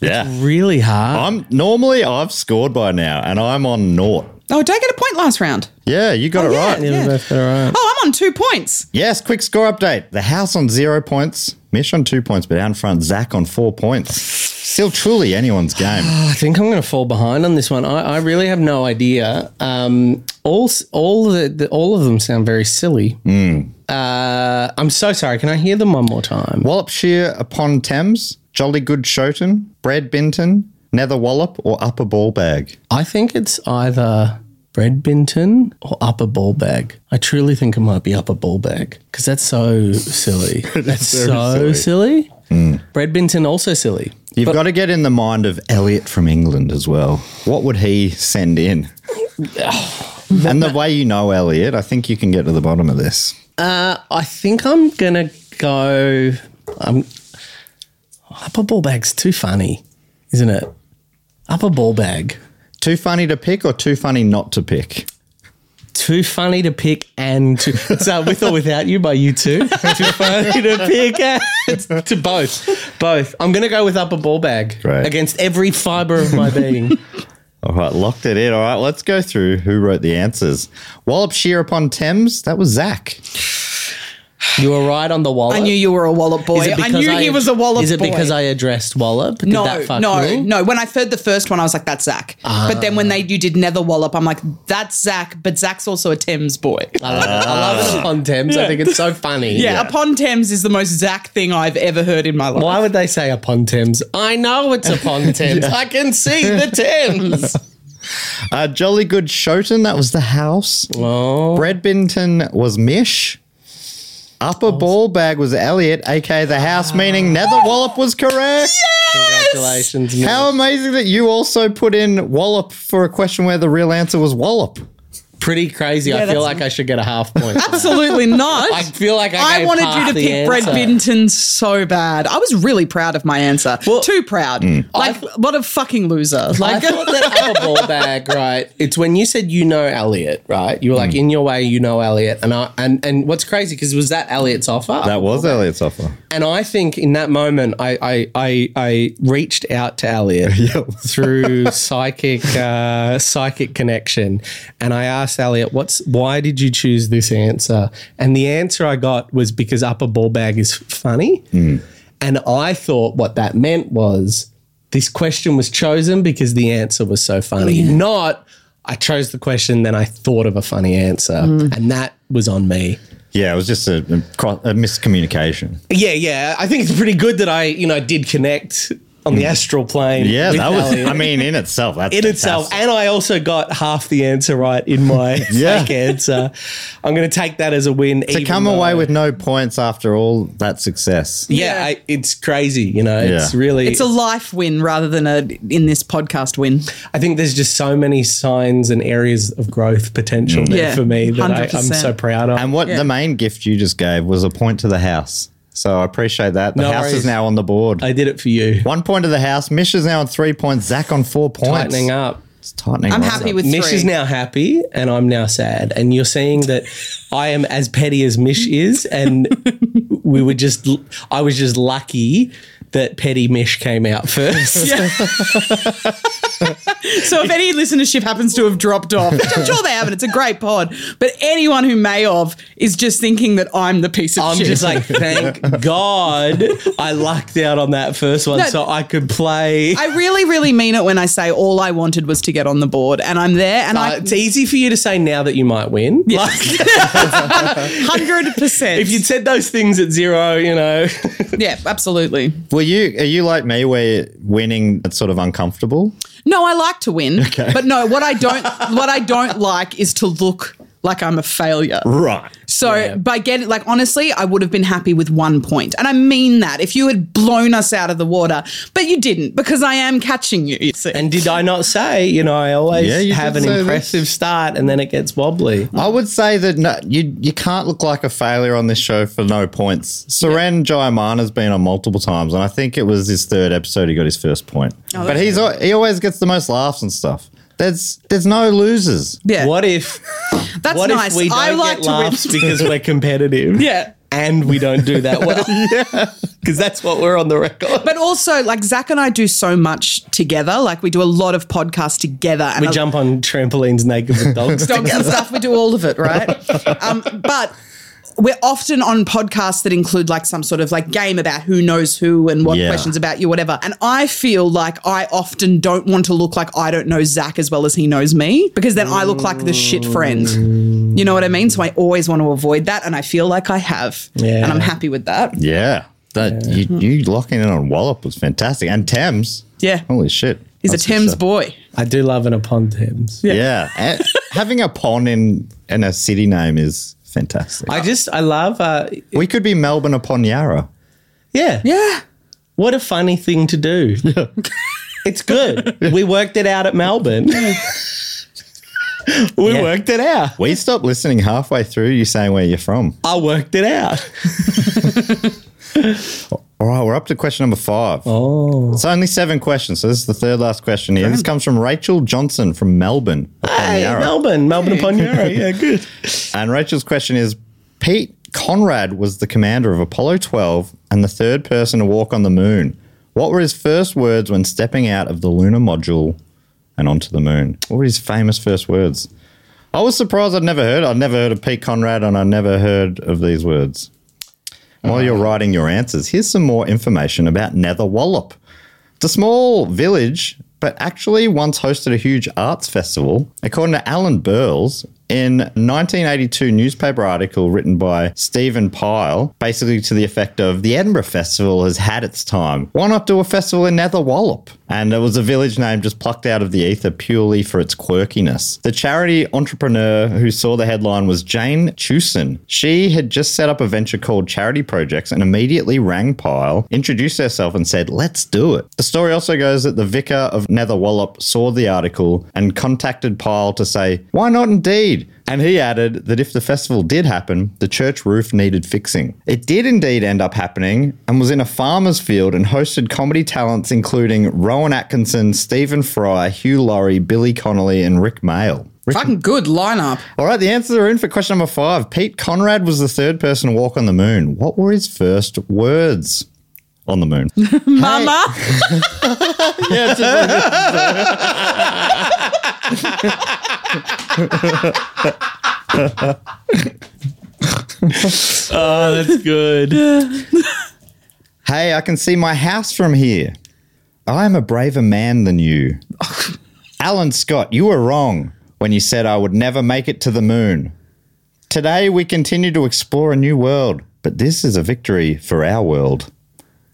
Yeah. Really hard. I'm normally I've scored by now, and I'm on naught. Oh, did I get a point last round? Yeah, you got it yeah. right. Yeah. Oh, I'm on two points. Yes, quick score update. The house on zero points, Mish on two points, but out in front, Zach on four points. Still truly anyone's game. Oh, I think I'm going to fall behind on this one. I, I really have no idea. Um, all s- all the, the all of them sound very silly. Uh, I'm so sorry. Can I hear them one more time? Wallopshire upon Thames, Jolly Good Shoton, Brad Binton, Nether Wallop, or Upper Ballbag? I think it's either Bread Binton or Upper Ball Bag. I truly think it might be Upper Ball Bag because that's so silly. that's so silly. Mm. Bread Binton also silly. You've got to get in the mind of Elliot from England as well. What would he send in? and the way you know Elliot, I think you can get to the bottom of this. I think I'm gonna go. I'm upper ball bag's too funny, isn't it? Upper ball bag, Too funny to pick or too funny not to pick? too funny to pick and to, so with or without you by you two. Too funny to pick and to both, both. I'm gonna go with upper ball bag Great. against every fiber of my being. All right, locked it in. All right, let's go through who wrote the answers. Wallopshire upon Thames, that was Zach. you were right on the wallop. I knew you were a Wallop boy. Is it I because knew he was a Wallop Is it boy. because I addressed wallop? Did no, that fuck no, me? no. When I heard the first one, I was like, "That's Zach." but then when they you did Nether Wallop, I'm like, "That's Zach." But Zach's also a Thames boy. I love it. I love it upon Thames. I think it's so funny. yeah, upon Thames is the most Zach thing I've ever heard in my life. Why would they say upon Thames? I know it's upon Thames. I can see the Thames. Uh, Jolly Good Shoten, that was the house. Oh, Bredbinton was Mish. Upper ball bag was Elliot, aka the house, meaning Nether Wallop was correct. congratulations, Mish. How amazing that you also put in Wallop for a question where the real answer was Wallop. pretty crazy. I feel like I should get a half point. Absolutely not. I feel like I I gave wanted half you to the pick Brad answer. Binton so bad. I was really proud of my answer. Too proud. Like, what a fucking loser. mm. I Like, thought that other ball bag, right? It's when you said you know Elliot, right? You were like, in your way, you know Elliot, and I and and what's crazy because was that Elliot's offer? That was Elliot's offer. And I think in that moment, I I I, I reached out to Elliot through psychic uh, psychic connection, and I asked Elliot, "What's why did you choose this answer?" And the answer I got was because upper ball bag is funny, and I thought what that meant was this question was chosen because the answer was so funny, not. I chose the question, then I thought of a funny answer, and that was on me. Yeah, it was just a, a, cro- a miscommunication. Yeah, yeah. I think it's pretty good that I, you know, did connect on the astral plane. Hmm. Yeah, with that was. Elliot I mean, in itself, that's in itself, fantastic. and I also got half the answer right in my Yeah. fake answer. I'm going to take that as a win. to come away with no points after all that success. yeah, I, it's crazy. You know, it's Yeah. really. it's a life win rather than a in this podcast win. I think there's just so many signs and areas of growth potential there Yeah, for me that I, I'm 100%. so proud of. Hmm. And what the main gift you just gave was a point to the house. So I appreciate that. The No house worries. is now on the board. I did it for you. One point to the house. Mish is now on three points. Zach on four points. Tightening up. It's tightening. I'm right happy up. with Mish three. is now happy and I'm now sad. And you're seeing that I am as petty as Mish is. And we were just, I was just lucky that petty Mish came out first. So if any listenership happens to have dropped off, which I'm sure they haven't, it's a great pod. But anyone who may have is just thinking that I'm the piece of I'm shit. just like, thank God I lucked out on that first one No. so I could play. I really, really mean it when I say all I wanted was to get on the board, and I'm there, and Uh, I it's easy for you to say now that you might win. Like, hundred percent. if you'd said those things at zero, you know. yeah, absolutely. Were you? Are you like me, where winning it's sort of uncomfortable? No, I like to win, but no, what I don't, what I don't like is to look like I'm a failure. Right. So by getting like honestly, I would have been happy with one point, and I mean that. If you had blown us out of the water, but you didn't because I am catching you. you see. And did I not say, you know, I always Yeah, you have did an say this. impressive start and then it gets wobbly. I would say that no, you you can't look like a failure on this show for no points. Seren Jayamana's been on multiple times, and I think it was his third episode he got his first point. Oh, but he's al- he always gets the most laughs and stuff. There's there's no losers. yeah, What if that's what nice. if we don't I like get to win. laughs because we're competitive? Yeah. And we don't do that well. Because that's what we're on the record. But also, like Zach and I do so much together. Like we do a lot of podcasts together. And We I- jump on trampolines naked with dogs. dogs and stuff. We do all of it, right? um, but we're often on podcasts that include like some sort of like game about who knows who and what Yeah. questions about you, whatever. And I feel like I often don't want to look like I don't know Zach as well as he knows me because then I look like the shit friend. You know what I mean? So I always want to avoid that. And I feel like I have. Yeah. And I'm happy with that. Yeah. That you you locking in on Wallop was fantastic, and Thames. Yeah. Holy shit. He's a That's good Thames stuff. boy. I do love an upon Thames. Yeah. And having a pond in and a city name is fantastic. I just, I love, uh, we could be Melbourne upon Yarra. yeah. Yeah. What a funny thing to do. it's good. We worked it out at Melbourne. we Yeah. worked it out. We stopped listening halfway through you saying where you're from. I worked it out. All right, we're up to question number five. Oh. It's only seven questions, so this is the third last question here. This comes from Rachel Johnson from Melbourne. upon Hey, Yarra. Melbourne, Melbourne upon Yarra. Yeah, good. And Rachel's question is Pete Conrad was the commander of Apollo 12 and the third person to walk on the moon. What were his first words when stepping out of the lunar module and onto the moon? What were his famous first words? I was surprised I'd never heard. I'd never heard of Pete Conrad and I'd never heard of these words. While you're writing your answers, here's some more information about Nether Wallop. It's a small village, but actually once hosted a huge arts festival. According to Alan Burles, in 1982 newspaper article written by Stephen Pyle, basically to the effect of the Edinburgh Festival has had its time. Why not do a festival in Nether Wallop? And it was a village name just plucked out of the ether purely for its quirkiness. The charity entrepreneur who saw the headline was Jane Chusen. She had just set up a venture called Charity Projects and immediately rang Pyle, introduced herself, and said, Let's do it. The story also goes that the vicar of Nether Wallop saw the article and contacted Pyle to say, Why not indeed? Agreed. And he added that if the festival did happen, the church roof needed fixing. It did indeed end up happening and was in a farmer's field and hosted comedy talents including Rowan Atkinson, Stephen Fry, Hugh Laurie, Billy Connolly, and Rick Mail. Rick Fucking good lineup. all right, the answers are in for question number five. Pete Conrad was the third person to walk on the moon. What were his first words on the moon? Mama. yeah, just- Oh, that's good. hey, I can see my house from here. I am a braver man than you. Alan Scott, you were wrong when you said I would never make it to the moon. Today, we continue to explore a new world, but this is a victory for our world.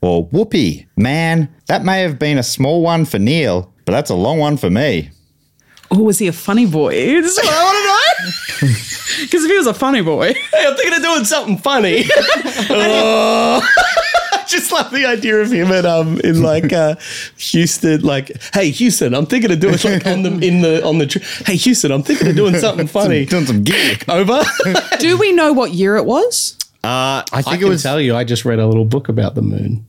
Or whoopee, man, that may have been a small one for Neil, but that's a long one for me. Oh, was he a funny boy? This is what I want to know. Because if he was a funny boy, Hey, I'm thinking of doing something funny. Oh. I Just love the idea of him at um in like uh, Houston, like hey Houston, I'm thinking of doing like on the in the on the tr- hey Houston, I'm thinking of doing something funny. Doing some gig. Over. do we know what year it was? Uh, I think it was. Tell you, I just read a little book about the moon.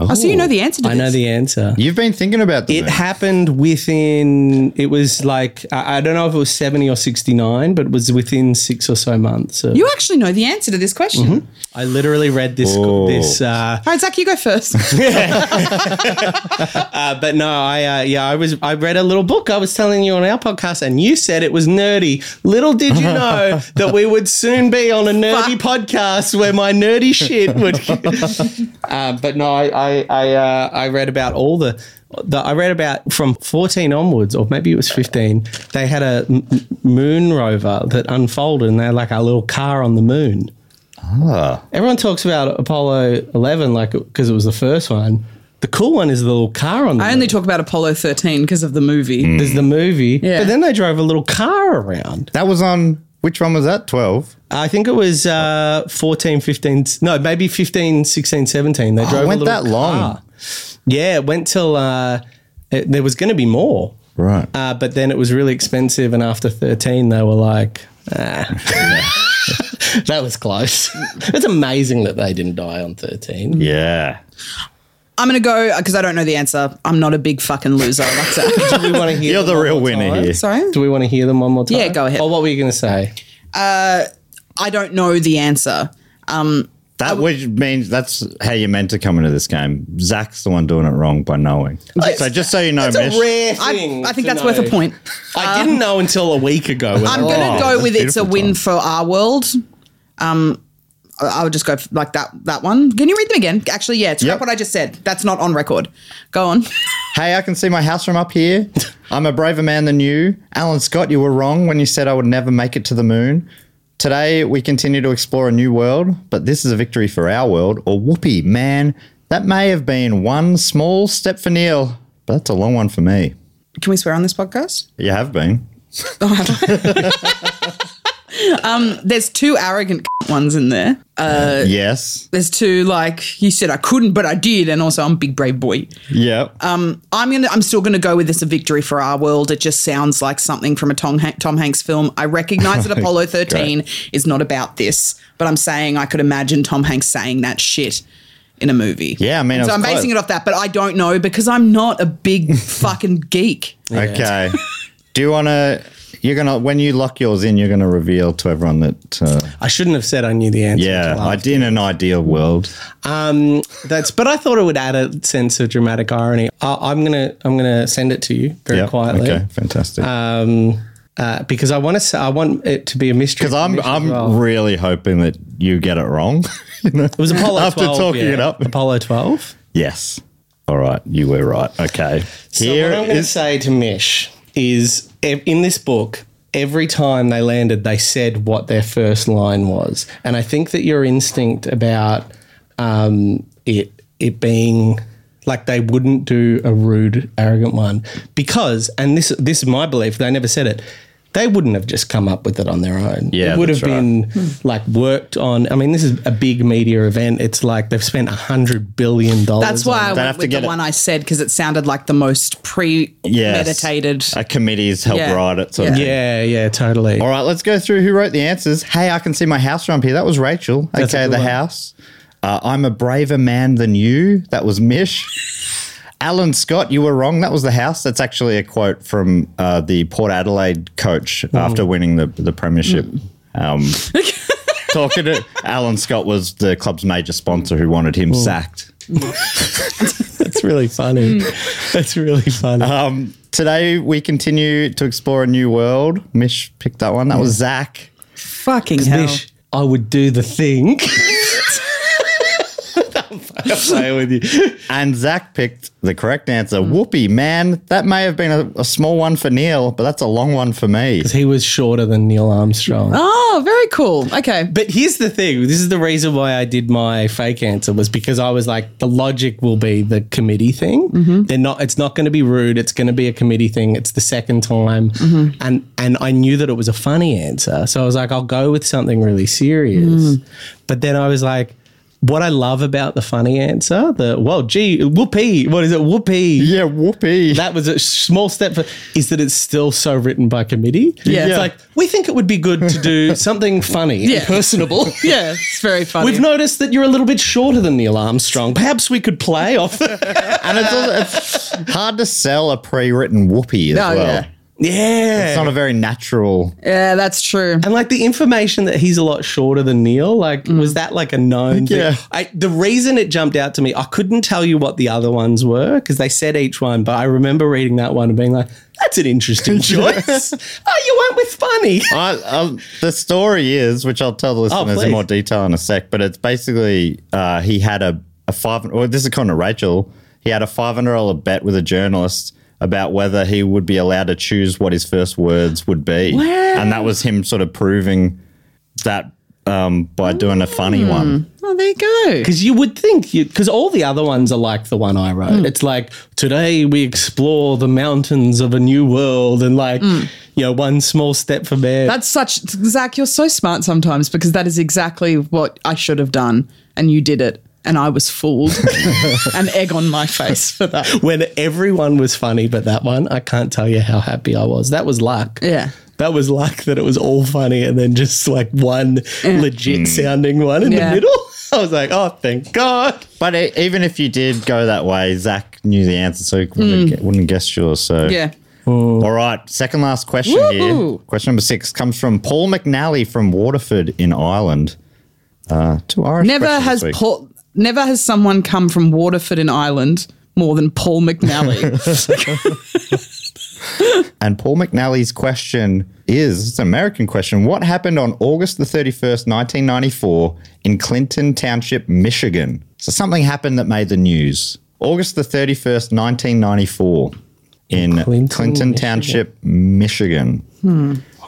Oh, so you know the answer to I this. know the answer. You've been thinking about the It moon. happened within. It was like I I don't know if it was seventy or sixty nine, but it was within six or so months. of- you actually know the answer to this question. Mm-hmm. I literally read this this uh, All right, Zach, you go first. Uh, but no, I uh, yeah, I was I read a little book. I was telling you on our podcast, and you said it was nerdy. Little did you know that we would soon be on a nerdy podcast where my nerdy shit would. uh, but no, I I I, uh, I read about all the. The, I read about from 14 onwards, or maybe it was 15. They had a m- m- moon rover that unfolded, and they had like a little car on the moon. Everyone talks about Apollo 11 like because it was the first one. The cool one is the little car on the I only talk about Apollo 13 because of the movie. Mm. There's the movie, Yeah. but then they drove a little car around. That was on which one was that? Twelve. I think it was uh, 14, 15, no, maybe 15, 16, 17. They drove Oh, it a went little that long. car. Yeah, it went till uh, it, there was going to be more, Right. uh, but then it was really expensive. And after 13, they were like, ah. that was close. it's amazing that they didn't die on 13. yeah. I'm going to go because I don't know the answer. I'm not a big fucking loser. Like that. Do we want to hear You're them the one real more winner time? here. Sorry? Do we want to hear them one more time? Yeah, go ahead. Or what were you going to say? I don't know the answer. Um, That um, which means that's how you're meant to come into this game. Zach's the one doing it wrong by knowing. so just so you know, Mish, rare I, I think that's worth a point. I didn't know until a week ago. when I'm I- going to Oh, that's go with it's a beautiful, win Tom. for our world. Um, I I would just go f- like that that one. Can you read them again? Actually, yeah, it's Yep. what I just said. That's not on record. Go on. hey, I can see my house from up here. I'm a braver man than you. Alan Scott, you were wrong when you said I would never make it to the moon. Today we continue to explore a new world, but this is a victory for our world. Or whoopee, man, that may have been one small step for Neil, but that's a long one for me. Can we swear on this podcast? You have been. There's two arrogant ones in there. yes. There's two like you said I couldn't, but I did, and also I'm a big brave boy. Yep. I'm gonna I'm still gonna go with this a victory for our world. It just sounds like something from a Tom, Han- Tom Hanks film. I recognize that Apollo 13 is not about this, but I'm saying I could imagine Tom Hanks saying that shit in a movie. Yeah, I mean, it was so I'm close. basing it off that, but I don't know because I'm not a big fucking geek. Okay. Do you want to? You're gonna when you lock yours in, you're gonna reveal to everyone that. Uh, I shouldn't have said I knew the answer. yeah, until I after. did in an ideal world. Um, that's, but I thought it would add a sense of dramatic irony. I, I'm gonna, I'm gonna send it to you very Yep, quietly Okay, fantastic. um, uh, because I want to, say, I want it to be a mystery. Because I'm for Mish as I'm well. really hoping that you get it wrong. it was Apollo after 12, talking yeah. it up. Apollo 12. yes. All right, you were right. Okay. so what I'm Here going to is say to Mish is ev- in this book, every time they landed, they said what their first line was, and I think that your instinct about um, it it being like they wouldn't do a rude, arrogant one because, and this this is my belief. They never said it. they wouldn't have just come up with it on their own. Yeah, it would that's have been like worked on. I mean, this is a big media event. It's like they've spent a hundred billion dollars. That's why I have went to with get the it- one I said because it sounded like the most Yes. premeditated. A committee's helped Yeah. write it. So Yeah. Yeah, yeah, totally. All right, let's go through who wrote the answers. Hey, I can see my house from up here. That was Rachel. That's a okay, good the one. house. Uh, I'm a braver man than you. That was Mish. Alan Scott, you were wrong. That was the house. That's actually a quote from uh, the Port Adelaide coach Hmm. after winning the the premiership. Um, talking to Alan Scott was the club's major sponsor who wanted Hmm. him sacked. That's really funny. That's really funny. Um, today we continue to explore a new world. Mish picked that one. That Hmm. was Zach. Fucking hell. Mish, I would do the thing. I'll play with you. And Zach picked the correct answer. Whoopee, man. That may have been a, a small one for Neil, but that's a long one for me. He was shorter than Neil Armstrong. Oh, very cool. Okay. But here's the thing. This is the reason why I did my fake answer was because I was like, the logic will be the committee thing. Mm-hmm. They're not. It's not going to be rude. It's going to be a committee thing. It's the second time, Mm-hmm. and and I knew that it was a funny answer, so I was like, I'll go with something really serious. Mm-hmm. But then I was like. What I love about the funny answer, the well, gee, whoopee, what is it, whoopee? Yeah, whoopee. that was a small step for is that it's still so written by committee. Yeah. It's like we think it would be good to do something funny and Yeah. personable. Yeah, it's very funny. We've noticed that you're a little bit shorter than Neil Armstrong. Perhaps we could play off. and it's, also, it's hard to sell a pre written whoopee as well. Oh, yeah. yeah. It's not a very natural. yeah, that's true. and like the information that he's a lot shorter than Neil, like was that like a known thing? Yeah. I, the reason it jumped out to me, I couldn't tell you what the other ones were because they said each one, but I remember reading that one and being like, that's an interesting choice. oh, you went with funny. I, I, the story is, which I'll tell the listeners in please. more detail in a sec, but it's basically uh, he had a, a five. Well, this is kind of Rachel. He had a five hundred dollar bet with a journalist about whether he would be allowed to choose what his first words would be, and that was him sort of proving that um, by doing a funny one. Oh, there you go. Because you would think, because all the other ones are like the one I wrote. It's like, today we explore the mountains of a new world and like, you know, one small step for man. That's such Zach. You're so smart sometimes because that is exactly what I should have done, and you did it, and I was fooled. An egg on my face for that. when everyone was funny, but that one, I can't tell you how happy I was. That was luck. Yeah. That was luck that it was all funny and then just like one legit Mm. sounding one in Yeah. the middle. I was like, oh, thank God. But e even if you did go that way, Zach knew the answer, so he wouldn't, gu- wouldn't guess yours. So Yeah. All right, second last question here. Woohoo. Question number six comes from Paul McNally from Waterford in Ireland. Uh, two Irish. Never questions has this week. Paul, never has someone come from Waterford in Ireland more than Paul McNally. and Paul McNally's question is it's an American question. What happened on August the thirty first, nineteen ninety four, in Clinton Township, Michigan? So something happened that made the news. August the thirty first, nineteen ninety four, in Clinton, Clinton, Michigan. Township, Michigan.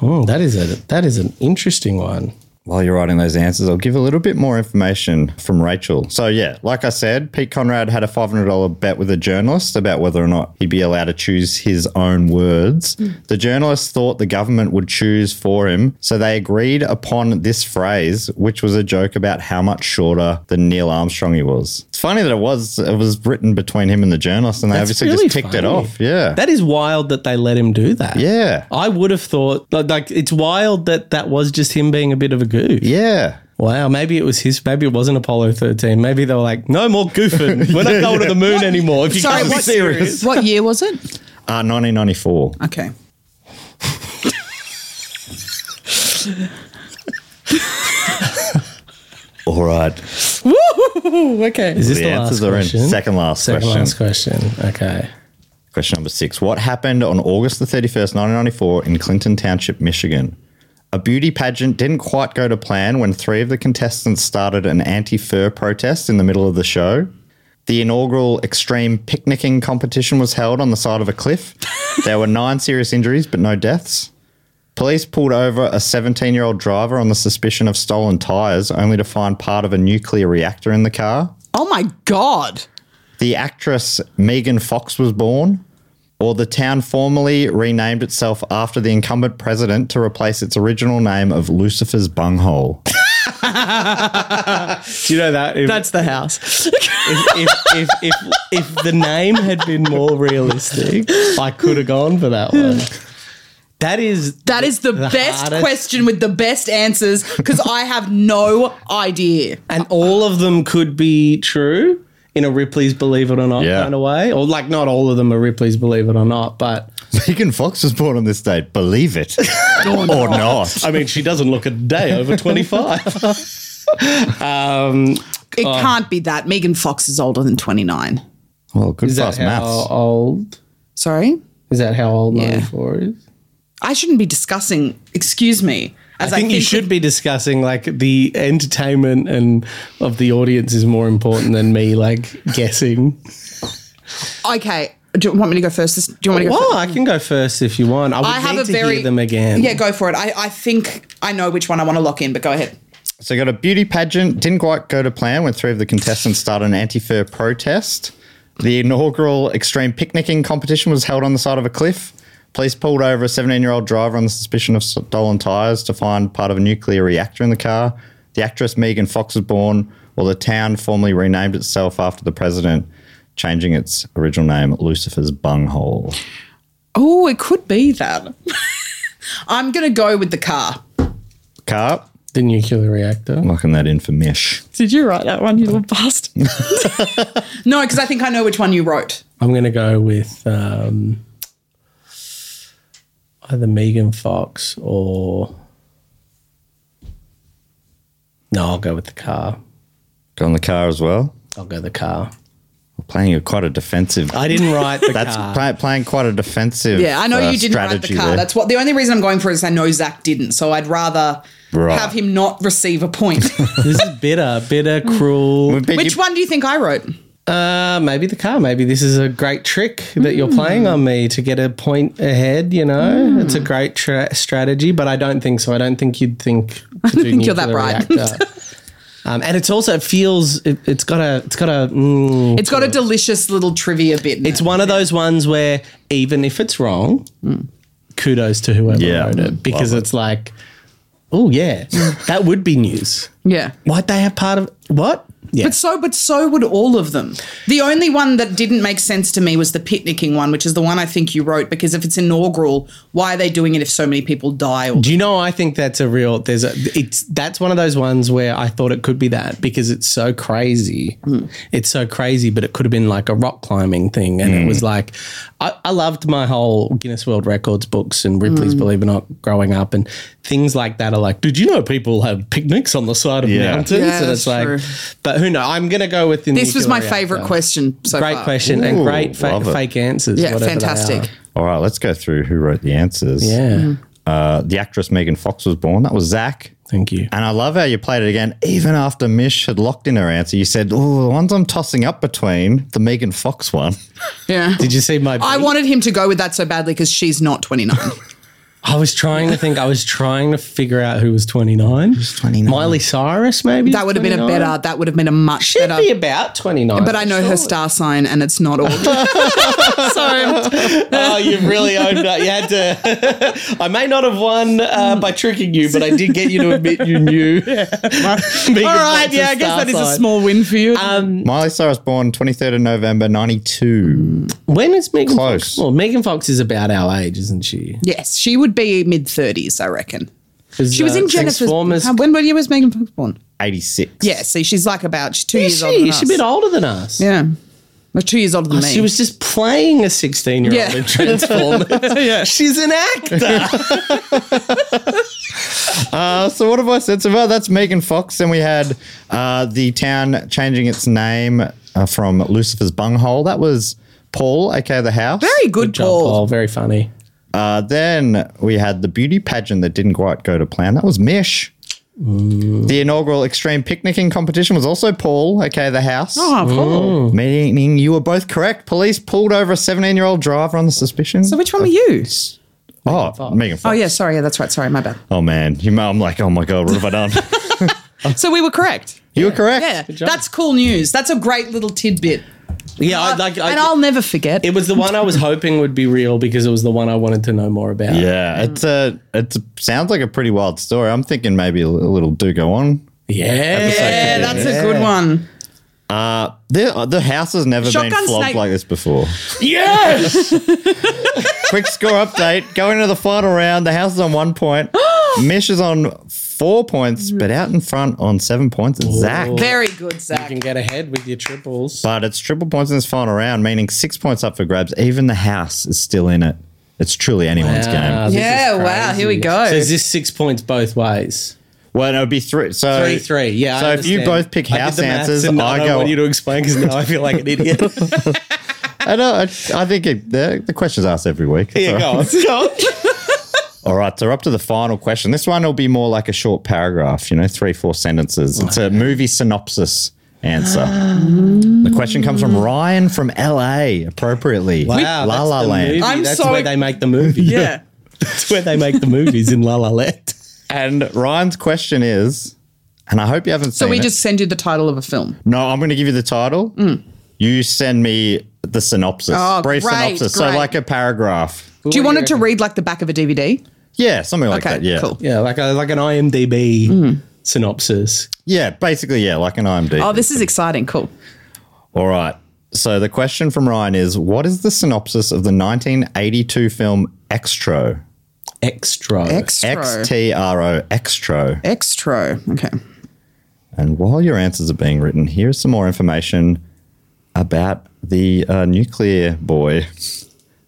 Oh, that is a that is an interesting one. While you're writing those answers, I'll give a little bit more information from Rachel. So, yeah, like I said, Pete Conrad had a $500 bet with a journalist about whether or not he'd be allowed to choose his own words. The journalist thought the government would choose for him, so they agreed upon this phrase, which was a joke about how much shorter than Neil Armstrong he was. It's funny that it was it was written between him and the journalist, and they obviously just ticked it funny. off. Yeah. That is wild that they let him do that. yeah. I would have thought like, like it's wild that that was just him being a bit of a goof. Yeah. Wow, maybe it was his. Maybe it wasn't Apollo thirteen. Maybe they were like, no more goofing. We're not going to the moon anymore. If you Sorry, can't be what- serious. what year was it? Uh, 1994. Okay. All right. Woo! Okay. Is this The the, answers last are in. question? Second last Second question. last question. Okay. Question number six. What happened on August the 31st, 1994, in Clinton Township, Michigan? A beauty pageant didn't quite go to plan when three of the contestants started an anti fur protest in the middle of the show. The inaugural extreme picnicking competition was held on the side of a cliff. there were nine serious injuries, but no deaths. Police pulled over a 17 year old driver on the suspicion of stolen tyres, only to find part of a nuclear reactor in the car. Oh my god. The actress Megan Fox was born. or the town formally renamed itself after the incumbent president to replace its original name of Lucifer's Bunghole. Do you know that? If, That's the house. if, if, if, if, if the name had been more realistic, I could have gone for that one. That is That is the, best hardest- question with the best answers because I have no idea. and all of them could be true in a Ripley's Believe It or Not Yeah. kind of way, or like not all of them are Ripley's Believe It or Not, but Megan Fox was born on this date, believe it or not. I mean, she doesn't look a day over twenty five. It can't be that. Megan Fox is older than 29. Well, good Is that fast how maths. old? Sorry? Is that how old Yeah. ninety four is? I shouldn't be discussing, excuse me. As I think you should be discussing like the entertainment and of the audience is more important than me like guessing. Okay. Do you want me to go first? This- Do you want me to go Well, first? I can go first if you want. I would I need to hear them again. Yeah, go for it. I, I think I know which one I want to lock in, but go ahead. So, got a beauty pageant. Didn't quite go to plan when three of the contestants started an anti fur protest. The inaugural extreme picnicking competition was held on the side of a cliff. Police pulled over a 17 year old driver on the suspicion of stolen tyres to find part of a nuclear reactor in the car. The actress Megan Fox was born, while the town formally renamed itself after the president, changing its original name, Lucifer's Bunghole. Oh, it could be that. I'm going to go with the car. Car, The nuclear reactor. locking that in for Mish. Did you write that one, you little bastard? no, because I think I know which one you wrote. I'm going to go with um, either Megan Fox or. No, I'll go with the car. Go on the car as well. I'll go the car. We're playing a quite a defensive. I didn't write the That's car. play, playing quite a defensive. Yeah, I know uh, you didn't write the strategy car. there. That's what the only reason I'm going for it is I know Zach didn't, so I'd rather Right. have him not receive a point. this is bitter, bitter, cruel. We've been- which one do you think I wrote? Uh, maybe the car. Maybe this is a great trick that you're playing on me to get a point ahead. You know, Hmm. it's a great tra- strategy, but I don't think so. I don't think you'd think. To I do think you're that bright. reactor. um, and it's also it feels it, it's got a it's got a. mm, It's got a delicious little trivia bit. in It's it. one of those ones where even if it's wrong, Hmm. kudos to whoever Yeah. wrote it because it's like, oh yeah, that would be news. yeah. Why'd they have part of what? Yeah, But so, but so would all of them. The only one that didn't make sense to me was the picnicking one, which is the one I think you wrote. Because if it's inaugural, why are they doing it if so many people die? Or Do you know? I think that's a real. There's a. It's that's one of those ones where I thought it could be that because it's so crazy. Hmm. It's so crazy, but it could have been like a rock climbing thing, and it Hmm. was like, I, I loved my whole Guinness World Records books and Hmm. Ripley's Believe It or Not growing up, and things like that are like, did you know people have picnics on the side of Yeah. mountains? Yeah, and that's it's like, true. but who knows? I'm gonna go with the this was nuclear my reactor. favorite question so Great far. question and Ooh, great fa- love it. fake answers. Yeah, whatever they are. fantastic. Mm-hmm. All right, let's go through who wrote the answers. Yeah, Uh, the actress Megan Fox was born. That was Zach. thank you. And I love how you played it again, even after Mish had locked in her answer. You said, "Oh, the ones I'm tossing up between the Megan Fox one." Yeah. Did you see my? I beat? wanted him to go with that so badly because she's not 29. I was trying to think. I was trying to figure out who was 29. 29? Miley Cyrus, maybe? that would have been a 29? better. That would have been a much She'd better. be about 29. but I know her star sign, and it's not all. Sorry. Oh, you've really owned up. You had to. I may not have won uh, by tricking you, but I did get you to admit you knew. All right. Yeah, I guess that is a small win for you. Um, Miley Cyrus born 23rd of November 92. When is Megan Close. Fox? Well, Megan Fox is about our age, isn't she? yes, she would be mid 30s, I reckon. 'Cause, She was uh, in Jennifer's. Transformers. How- When what year was Megan Fox born? 86. Yeah, see, she's like about she's two Is years older she? than She's a us. bit older than us. Yeah, well, two years older than me. She was just playing a 16 year old Yeah. in Transformers. She's an actor. Uh, so what have I said so far? That's Megan Fox. Then we had uh, the town changing its name uh, from Lucifer's Bunghole. That was Paul, aka the house. very good, Paul. Oh, very funny. Uh, then we had the beauty pageant that didn't quite go to plan. That was Mish. The inaugural extreme picnicking competition was also Paul, aka the house. Oh, Paul. Meaning you were both correct. Police pulled over a 17 year old driver on the suspicion. So which one were you? oh, Megan Fox. Oh yeah, sorry, yeah, that's right. Sorry, my bad. Oh, man. You, I'm like, oh my God, what have I done? Oh. So we were correct. you were correct. Yeah, that's cool news. That's a great little tidbit. Yeah, I, like I, and I'll never forget. it was the one I was hoping would be real because it was the one I wanted to know more about. Yeah, it's a it sounds like a pretty wild story. I'm thinking maybe a li- a little do go on. yeah. yeah, that's a good one. The the house has never been Shotgun flogged snake. like this before. Yes! Quick score update. Going to the final round. The house is on one point. Mish is on four points, but out in front on seven points. is Zach. Very good, you Zach. can get ahead with your triples. But it's triple points in this final round, meaning six points up for grabs. Even the house is still in it. It's truly anyone's Ah, game. this is Yeah, wow, here we crazy. go. So is this six points both ways? Well, it would be three. So Three, three. Yeah. I So if you understand. both pick I did house the maths answers, and I, I don't go- want you to explain because now I feel like an idiot. I know. I, I think it, the, the question's asked every week. It's yeah, all go right. on. Go on. All right, so we're up to the final question. This one will be more like a short paragraph, you know, three, four sentences. It's a movie synopsis answer. the question comes from Ryan from LA, appropriately. Wow, La that's La the movie. Land. I'm that's so- where they make the movie. Yeah. that's where they make the movies in La La Land. And Ryan's question is, and I hope you haven't So seen we it. just send you the title of a film. No, I'm going to give you the title. You send me the synopsis, Oh, brief great, synopsis. great. So, like a paragraph. Do you want it to read like the back of a DVD? Yeah, something like Okay, that. Yeah. cool. Yeah, like a, like an IMDb Hmm. synopsis. Yeah, basically, yeah, like an IMDb. Oh, this is exciting. Cool. All right. So the question from Ryan is What is the synopsis of the 1982 film Extro? Extra. X Extro. T R O, Extro. Extro. Okay. And while your answers are being written, here's some more information about the uh, nuclear boy.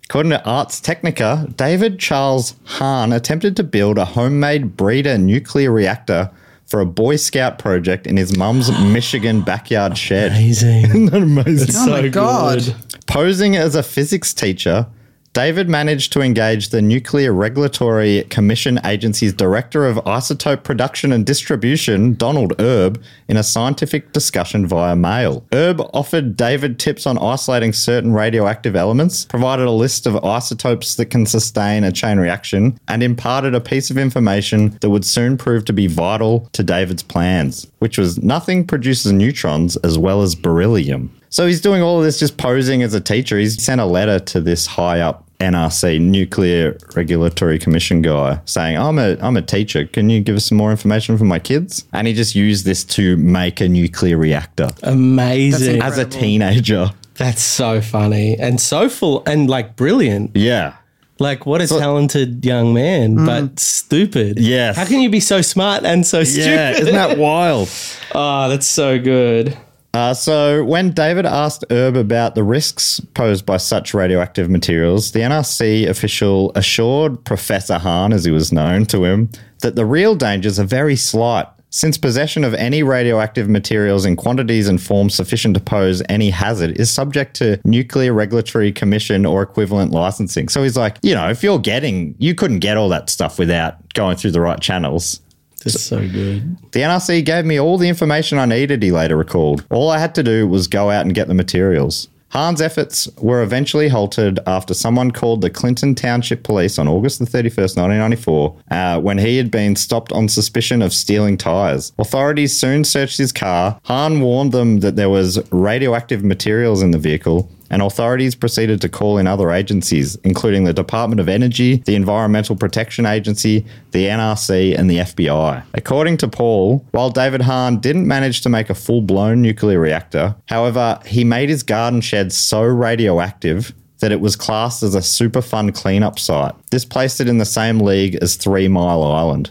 According to Arts Technica, David Charles Hahn attempted to build a homemade breeder nuclear reactor for a Boy Scout project in his mum's Michigan backyard shed. Amazing. Isn't that amazing? Oh my god. Posing as a physics teacher, David managed to engage the Nuclear Regulatory Commission Agency's Director of Isotope Production and Distribution, Donald Erb, in a scientific discussion via mail. Erb offered David tips on isolating certain radioactive elements, provided a list of isotopes that can sustain a chain reaction, and imparted a piece of information that would soon prove to be vital to David's plans, which was nothing produces neutrons as well as beryllium. So he's doing all of this just posing as a teacher. He's sent a letter to this high up NRC Nuclear Regulatory Commission guy saying, "I'm a I'm a teacher. Can you give us some more information for my kids?" And he just used this to make a nuclear reactor Amazing. as That's, a teenager. so funny and so full and like brilliant. Yeah. Like what a talented young man, Hmm. but stupid. Yes. How can you be so smart and so Yeah, stupid? isn't that wild? Oh, that's so good. Uh, so, when David asked Erb about the risks posed by such radioactive materials, the NRC official assured Professor Hahn, as he was known to him, that the real dangers are very slight, since possession of any radioactive materials in quantities and forms sufficient to pose any hazard is subject to Nuclear Regulatory Commission or equivalent licensing. So, he's like, you know, if you're getting, you couldn't get all that stuff without going through the right channels. That's so good. The NRC gave me all the information I needed, he later recalled. All I had to do was go out and get the materials. Hahn's efforts were eventually halted after someone called the Clinton Township Police on August the 31st, 1994, uh, when he had been stopped on suspicion of stealing tyres. Authorities soon searched his car. Hahn warned them that there was radioactive materials in the vehicle, and authorities proceeded to call in other agencies, including the Department of Energy, the Environmental Protection Agency, the NRC, and the FBI. According to Paul, while David Hahn didn't manage to make a full blown nuclear reactor, however, he made his garden shed so radioactive that it was classed as a Superfund cleanup site. This placed it in the same league as Three Mile Island.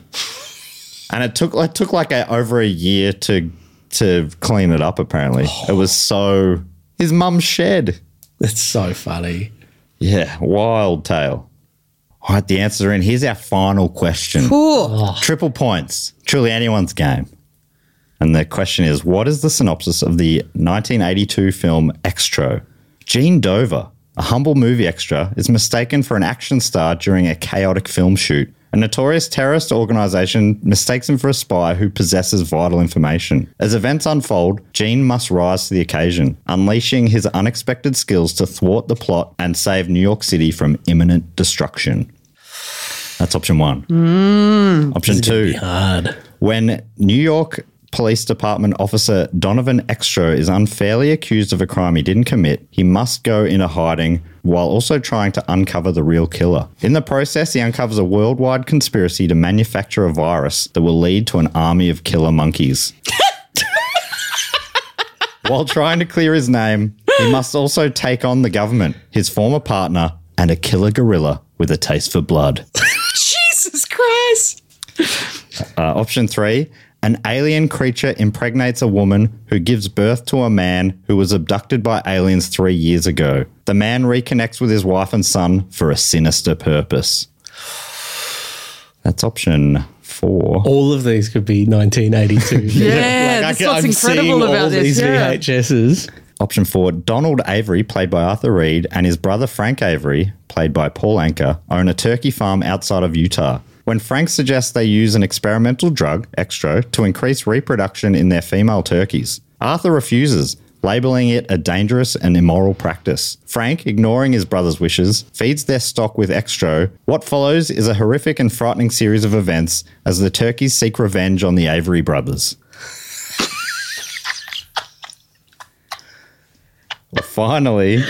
And it took it took like a, over a year to to clean it up. Apparently, it was so his mum's shed. That's so funny. Yeah, wild tale. All right, the answers are in. Here's our final question. Cool. Triple points. Truly anyone's game. And the question is what is the synopsis of the 1982 film Extro? Gene Dover, a humble movie extra, is mistaken for an action star during a chaotic film shoot. A notorious terrorist organization mistakes him for a spy who possesses vital information. As events unfold, Gene must rise to the occasion, unleashing his unexpected skills to thwart the plot and save New York City from imminent destruction. That's option one. Option two. Hard. When New York Police Department officer Donovan Extro is unfairly accused of a crime he didn't commit, he must go into hiding while also trying to uncover the real killer. In the process, he uncovers a worldwide conspiracy to manufacture a virus that will lead to an army of killer monkeys. While trying to clear his name, he must also take on the government, his former partner, and a killer gorilla with a taste for blood. Jesus Christ. Uh, option three an alien creature impregnates a woman who gives birth to a man who was abducted by aliens three years ago. The man reconnects with his wife and son for a sinister purpose. That's option four. All of these could be 1982. Yeah, I that's can- what's I'm incredible seeing about all this, these yeah. VHSs. Option four Donald Avery, played by Arthur Reed, and his brother Frank Avery, played by Paul Anka, own a turkey farm outside of Utah. When Frank suggests they use an experimental drug, Extro, to increase reproduction in their female turkeys, Arthur refuses, labeling it a dangerous and immoral practice. Frank, ignoring his brother's wishes, feeds their stock with Extro. What follows is a horrific and frightening series of events as the turkeys seek revenge on the Avery brothers. Finally,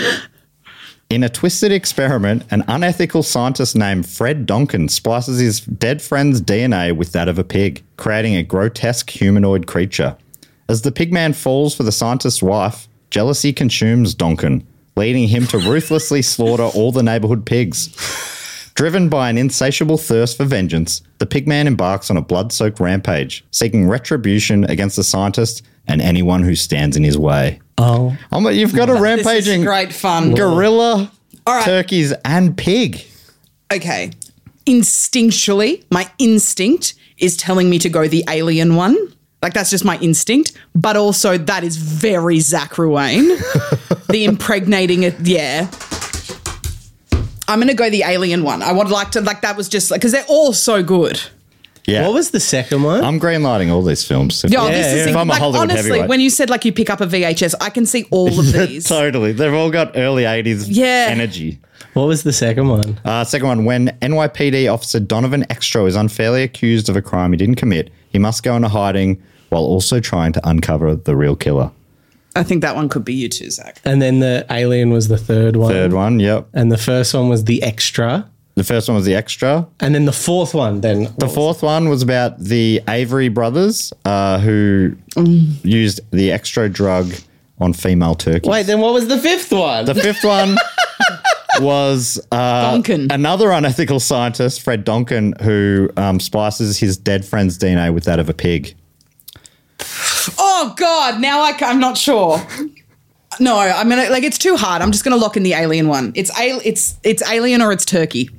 in a twisted experiment, an unethical scientist named Fred Donkin splices his dead friend's DNA with that of a pig, creating a grotesque humanoid creature. As the pigman falls for the scientist's wife, jealousy consumes Donkin, leading him to ruthlessly slaughter all the neighborhood pigs. Driven by an insatiable thirst for vengeance, the pigman embarks on a blood soaked rampage, seeking retribution against the scientist and anyone who stands in his way. Oh, I'm, you've got a This is rampaging great fun. gorilla, All right. turkeys, and pig. Okay. Instinctually, my instinct is telling me to go the alien one. Like that's just my instinct, but also that is very Zach Ruane. the impregnating it, yeah. I'm gonna go the alien one. I would like to like that was just like because they're all so good. Yeah. what was the second one? I'm greenlighting all these films. If, Yeah, if this is I'm a like, Hollywood honestly. heavyweight. When you said like you pick up a VHS, I can see all of these. totally. They've all got early 80s Yeah. energy. What was the second one? Uh, second one, when NYPD officer Donovan Extro is unfairly accused of a crime he didn't commit, he must go into hiding while also trying to uncover the real killer. I think that one could be you too, Zach. And then the alien was the third one. Third one, yep. And the first one was the extra. The first one was the extra. And then the fourth one, then The fourth one was about the Avery brothers uh, who Mm. used the extra drug on female turkeys. Wait, then what was the fifth one? The fifth one was uh, Donkin. another unethical scientist, Fred Donkin, who um, spices his dead friend's DNA with that of a pig. Oh God! Now I, am not sure. No, I'm gonna like it's too hard. I'm just gonna lock in the alien one. It's al- it's it's alien or it's turkey.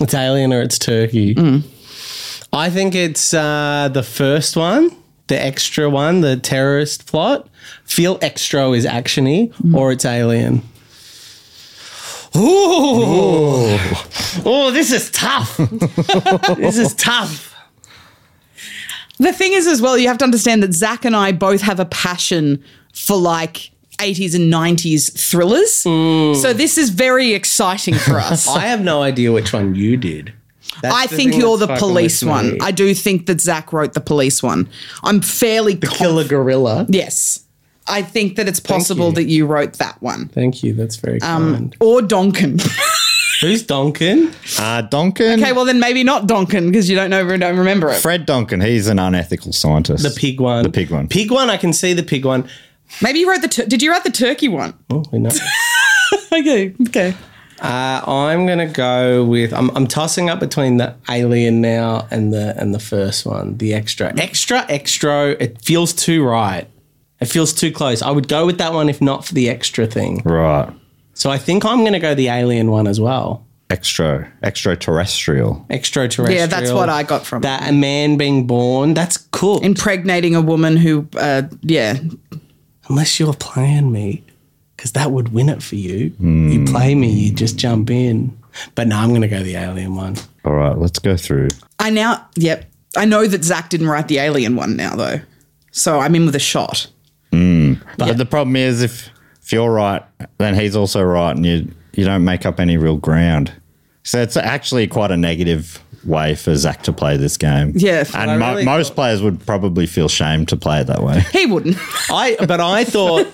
it's alien or it's turkey. I think it's uh, the first one, the extra one, the terrorist plot. Feel extra is actiony or it's alien. Ooh. Oh, this is tough. this is tough. The thing is, as well, you have to understand that Zach and I both have a passion for like 80s and 90s thrillers. So this is very exciting for us. I have no idea which one you did. That's I the think thing you're that's the fucking police with me. one. I do think that Zach wrote the police one. I'm fairly conf- Killer gorilla. yes. I think that it's possible you. that you wrote that one Thank you. That's very Um, kind. or Donkin. Who's Donkin? Uh, Donkin, okay, well then maybe not Donkin because you don't know don't remember it. Fred Donkin, he's an unethical scientist. The pig one. The pig one. Pig one. I can see the pig one. Maybe you wrote the. Tur- Did you write the turkey one? Oh, we know. Okay. Okay. Uh, I'm gonna go with. I'm, I'm tossing up between the alien now and the and the first one, the extra, extra, extra. It feels too right. It feels too close. I would go with that one if not for the extra thing. right. So I think I'm gonna go the alien one as well. Extra, extraterrestrial. Extraterrestrial. Yeah, that's what I got from That a man being born. That's cool. impregnating a woman who. Uh, yeah. Unless you're playing me, because that would win it for you. You play me, you just jump in. But no, I'm gonna go the alien one. All right, let's go through. I now. Yep. I know that Zach didn't write the alien one now though, so I'm in with a shot. But the problem is, if if you're right, then he's also right, and you you don't make up any real ground. So it's actually quite a negative way for Zach to play this game. Yeah. I and mo- really- most players would probably feel shame to play it that way. He wouldn't. I but I thought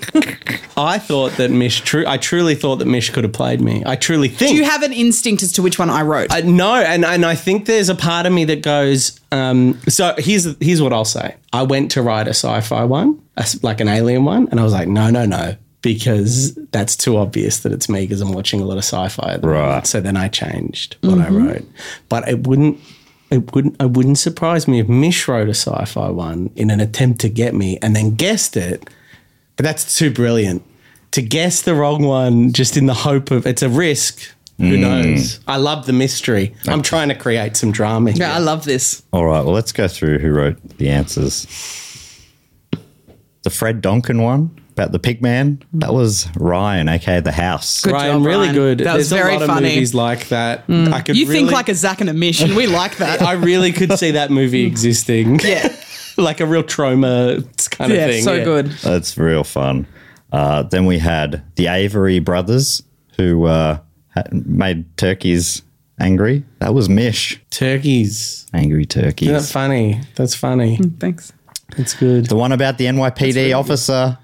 I thought that Mish true I truly thought that Mish could have played me. I truly think Do you have an instinct as to which one I wrote? Uh, no, and and I think there's a part of me that goes. Um, so here's here's what I'll say. I went to write a sci-fi one, a s- like an alien one, and I was like, no, no, no, because that's too obvious that it's me because I'm watching a lot of sci-fi. At the Right. moment. So then I changed what I wrote, but it wouldn't. It wouldn't. It wouldn't surprise me if Mish wrote a sci-fi one in an attempt to get me, and then guessed it. But that's too brilliant to guess the wrong one just in the hope of it's a risk. Who knows? I love the mystery. I'm trying to create some drama. Here. yeah, I love this. All right, well, let's go through who wrote the answers. The Fred Donkin one about the pig man, that was Ryan, aka The House. Good Ryan, job, really Ryan. good. That was There's very a lot funny. Mm. of movies like that. I could You think really- like a Zach and a Mish, and we like that. I really could see that movie existing. Yeah. like a real trauma kind yeah, of thing. so yeah. good. That's real fun. Uh, then we had the Avery brothers who uh, ha- made turkeys angry. That was Mish. Turkeys. Angry Isn't turkeys. that funny? That's funny. Thanks. It's good. The one about the NYPD officer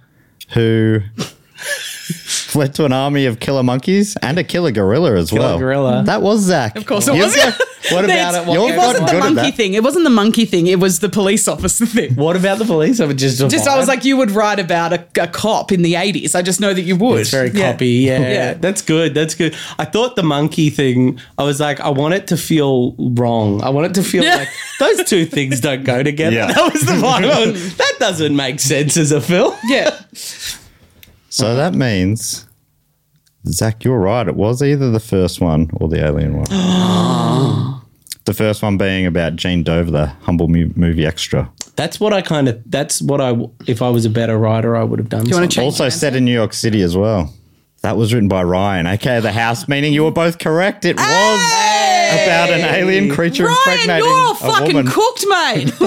who fled to an army of killer monkeys and a killer gorilla as well. gorilla. That was Zach. Of course it was. What about it? It's- What it wasn't the good at monkey that. thing. It wasn't the monkey thing. It was the police officer thing. What about the police? I would just Just I was like, you would write about a, a cop in the eighties. I just know that you would. It's very Yeah. copy. Yeah. Yeah. That's good. That's good. I thought the monkey thing, I was like, I want it to feel wrong. I want it to feel Yeah. like those two things don't go together. Yeah. That was the one. I was- that doesn't make sense as a film. Yeah. Uh-huh. So that means, Zach, you're right. It was either the first one or the alien one. the first one being about Gene Dover, the humble mu- movie extra. That's what I kind of, that's what I, if I was a better writer, I would have done. Do you want something. to change? also set in New York City as well. That was written by Ryan. Okay, the house, meaning you were both correct. It was about an alien creature Ryan, Oh, impregnating you're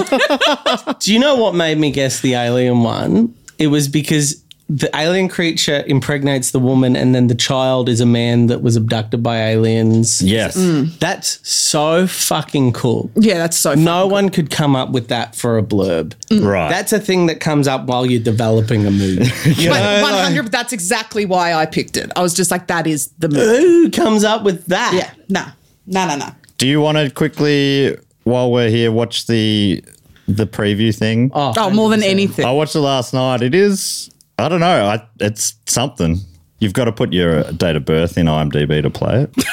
a all fucking woman. cooked, mate. Do you know what made me guess the alien one? It was because the alien creature impregnates the woman and then the child is a man that was abducted by aliens. Yes. Mm. That's so fucking cool. yeah, that's so. Funny. No one could come up with that for a blurb. Right. That's a thing that comes up while you're developing a movie. You know, One like, hundred. That's exactly why I picked it. I was just like, that is the move. who comes up with that? Yeah. No. No. No. No. Do you want to quickly, while we're here, watch the the preview thing? Oh, more than anything. I watched it last night. It is, I don't know, I, it's something. You've got to put your uh, date of birth in IMDb to play it.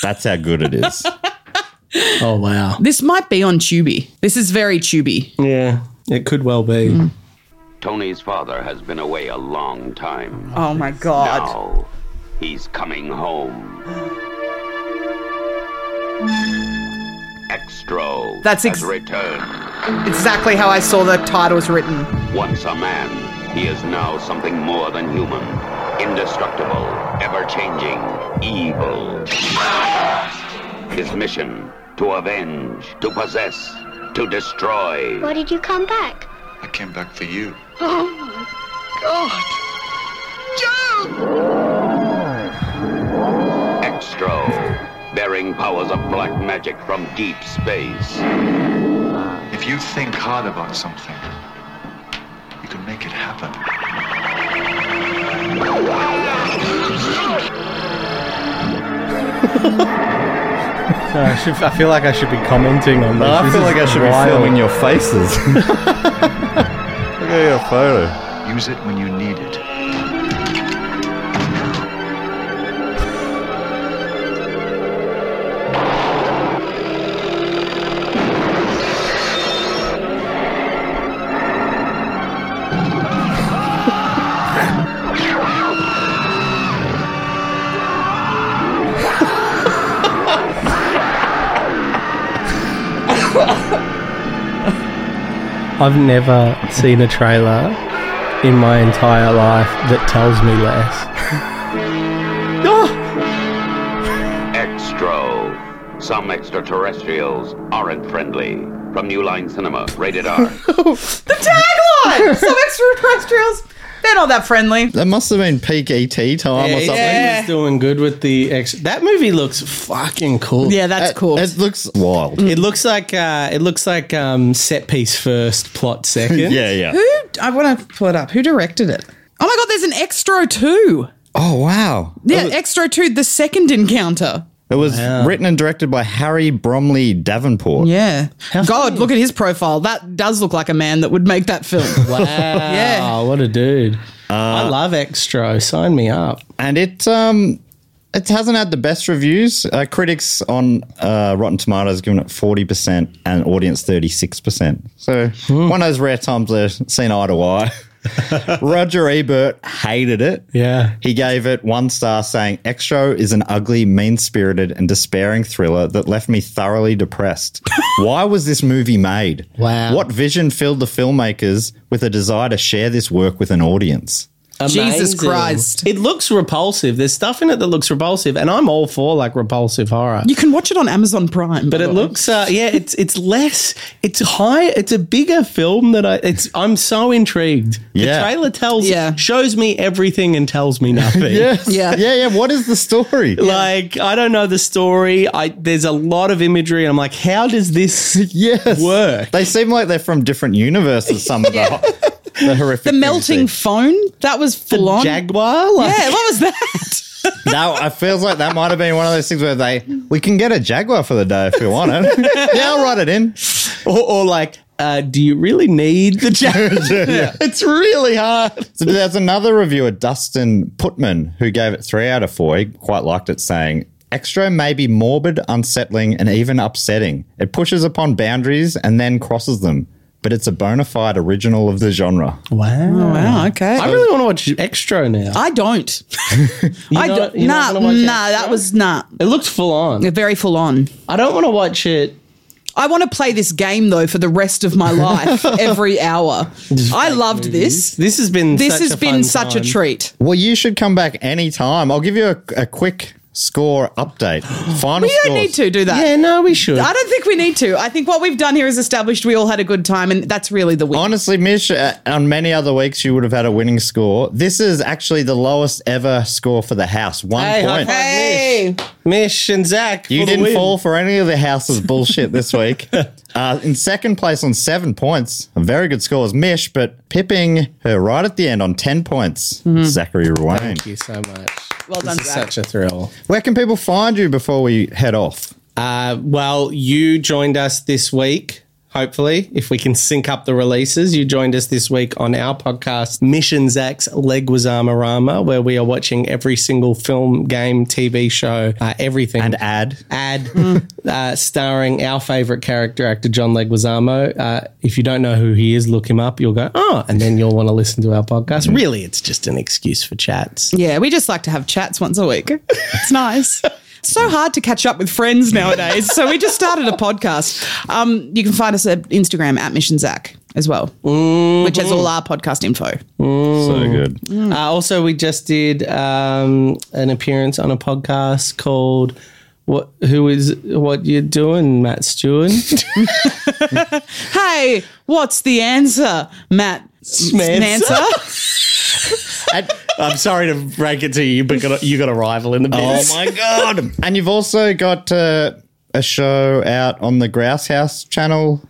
That's how good it is. Oh wow. This might be on Tubi. This is very Tubi. Yeah. It could well be. Tony's father has been away a long time. Oh my god. Now, he's coming home. Extro That's ex- has returned. Exactly how I saw the title was written. Once a man, he is now something more than human. Indestructible, ever-changing, evil. His mission, to avenge, to possess, to destroy. Why did you come back? I came back for you. Extro, bearing powers of black magic from deep space. If you think hard about something, you can make it happen. I, should, I feel like I should be commenting on this. I feel like I should be filming your faces. Look at your photo. Use it when you need it. I've never seen a trailer in my entire life that tells me less. Extro. Some extraterrestrials aren't friendly. From New Line Cinema, rated R. The tagline! Some extraterrestrials, they're not that friendly. That must have been peak ET time or something. Yeah, he's doing good with the ex. That movie looks fucking cool. Yeah, that's It- cool. It looks wild. It looks like uh, it looks like um, set piece first, plot second. Yeah, yeah. Who? I want to pull it up. Who directed it? Oh my god, there's an extra two. Oh wow. Yeah, extra two. The second encounter. It was written and directed by Harry Bromley Davenport. Yeah. God, look at his profile. That does look like a man that would make that film. Wow, Oh, what a dude! Uh, I love Extro. Sign me up. And it um it hasn't had the best reviews. Uh, critics on uh, Rotten Tomatoes given it 40% and audience 36%. So Hmm. one of those rare times they've seen eye to eye. Roger Ebert hated it. Yeah. He gave it one star, saying, Extro is an ugly, mean spirited, and despairing thriller that left me thoroughly depressed. Why was this movie made? Wow. What vision filled the filmmakers with a desire to share this work with an audience? Jesus Amazing. Christ. It looks repulsive. There's stuff in it that looks repulsive, and I'm all for like repulsive horror. You can watch it on Amazon Prime. But it looks, uh, yeah, it's it's less, it's high, it's a bigger film that I, it's. I'm so intrigued. Yeah. The trailer tells, Yeah. shows me everything and tells me nothing. Yeah. Yeah, yeah. What is the story? Like I don't know the story. I there's a lot of imagery, and I'm like, how does this yes. work? They seem like they're from different universes, some of the, the horrific. The things melting there. phone, that was full on. Jaguar, like, yeah, what was that? Now, it feels like that might have been one of those things where they, we can get a Jaguar for the day if we want it. yeah, I'll write it in. or, or like, uh, do you really need the Jaguar? It's really hard. So there's another reviewer, Dustin Putman, who gave it three out of four. He quite liked it, saying, Extra may be morbid, unsettling, and even upsetting. It pushes upon boundaries and then crosses them, but it's a bona fide original of the genre. Wow. wow, Oh, okay. I really want to watch Extro now. I don't. I not- don't. you're Nah, not nah, gonna watch it, that was nah. it looks full on. Very full on. I don't want to watch it I want to play this game though for the rest of my life, every hour. I loved this. This has been This such has a been fun such a time. treat. Well, you should come back anytime. I'll give you a, a quick score update. Final We don't need scores. to do that. Yeah, no, we should. I don't think we need to. I think what we've done here is established we all had a good time, and that's really the Oh. win. Honestly, Mish, uh, on many other weeks you would have had a winning score. This is actually the lowest ever score for the house. One Hey, high point. five. Hey, Mish and Zach, You for the didn't win. fall for any of the house's bullshit this week. Uh, in second place on seven points, a very good score is Mish, but pipping her right at the end on 10 points, Zachary Ruane. Mm-hmm. Thank you so much. Well this done, is Zach. such a thrill. Where can people find you before we head off? Uh, well, you joined us this week. Hopefully, if we can sync up the releases, you joined us this week on our podcast, Mission Zach's Leguizamo Rama, where we are watching every single film, game, TV show, uh, everything. And ad. ad uh, starring our favorite character actor John Leguizamo. Uh, if you don't know who he is, look him up. You'll go oh, and then you'll want to listen to our Hmm. podcast. Really, it's just an excuse for chats. Yeah, we just like to have chats once a week. It's nice. It's so hard to catch up with friends nowadays. So we just started a podcast. Um, you can find us at Instagram at Mission Zach as well, Mm-hmm. which has all our podcast info. So good. Uh, also, we just did um, an appearance on a podcast called. What, who is what you're doing, Matt Stewart? Hey, what's the answer, Matt? Smancer? Smancer? I'm sorry to break it to you, but got a, you got a rival in the Oh my God. And you've also got uh, a show out on the Grouse House channel.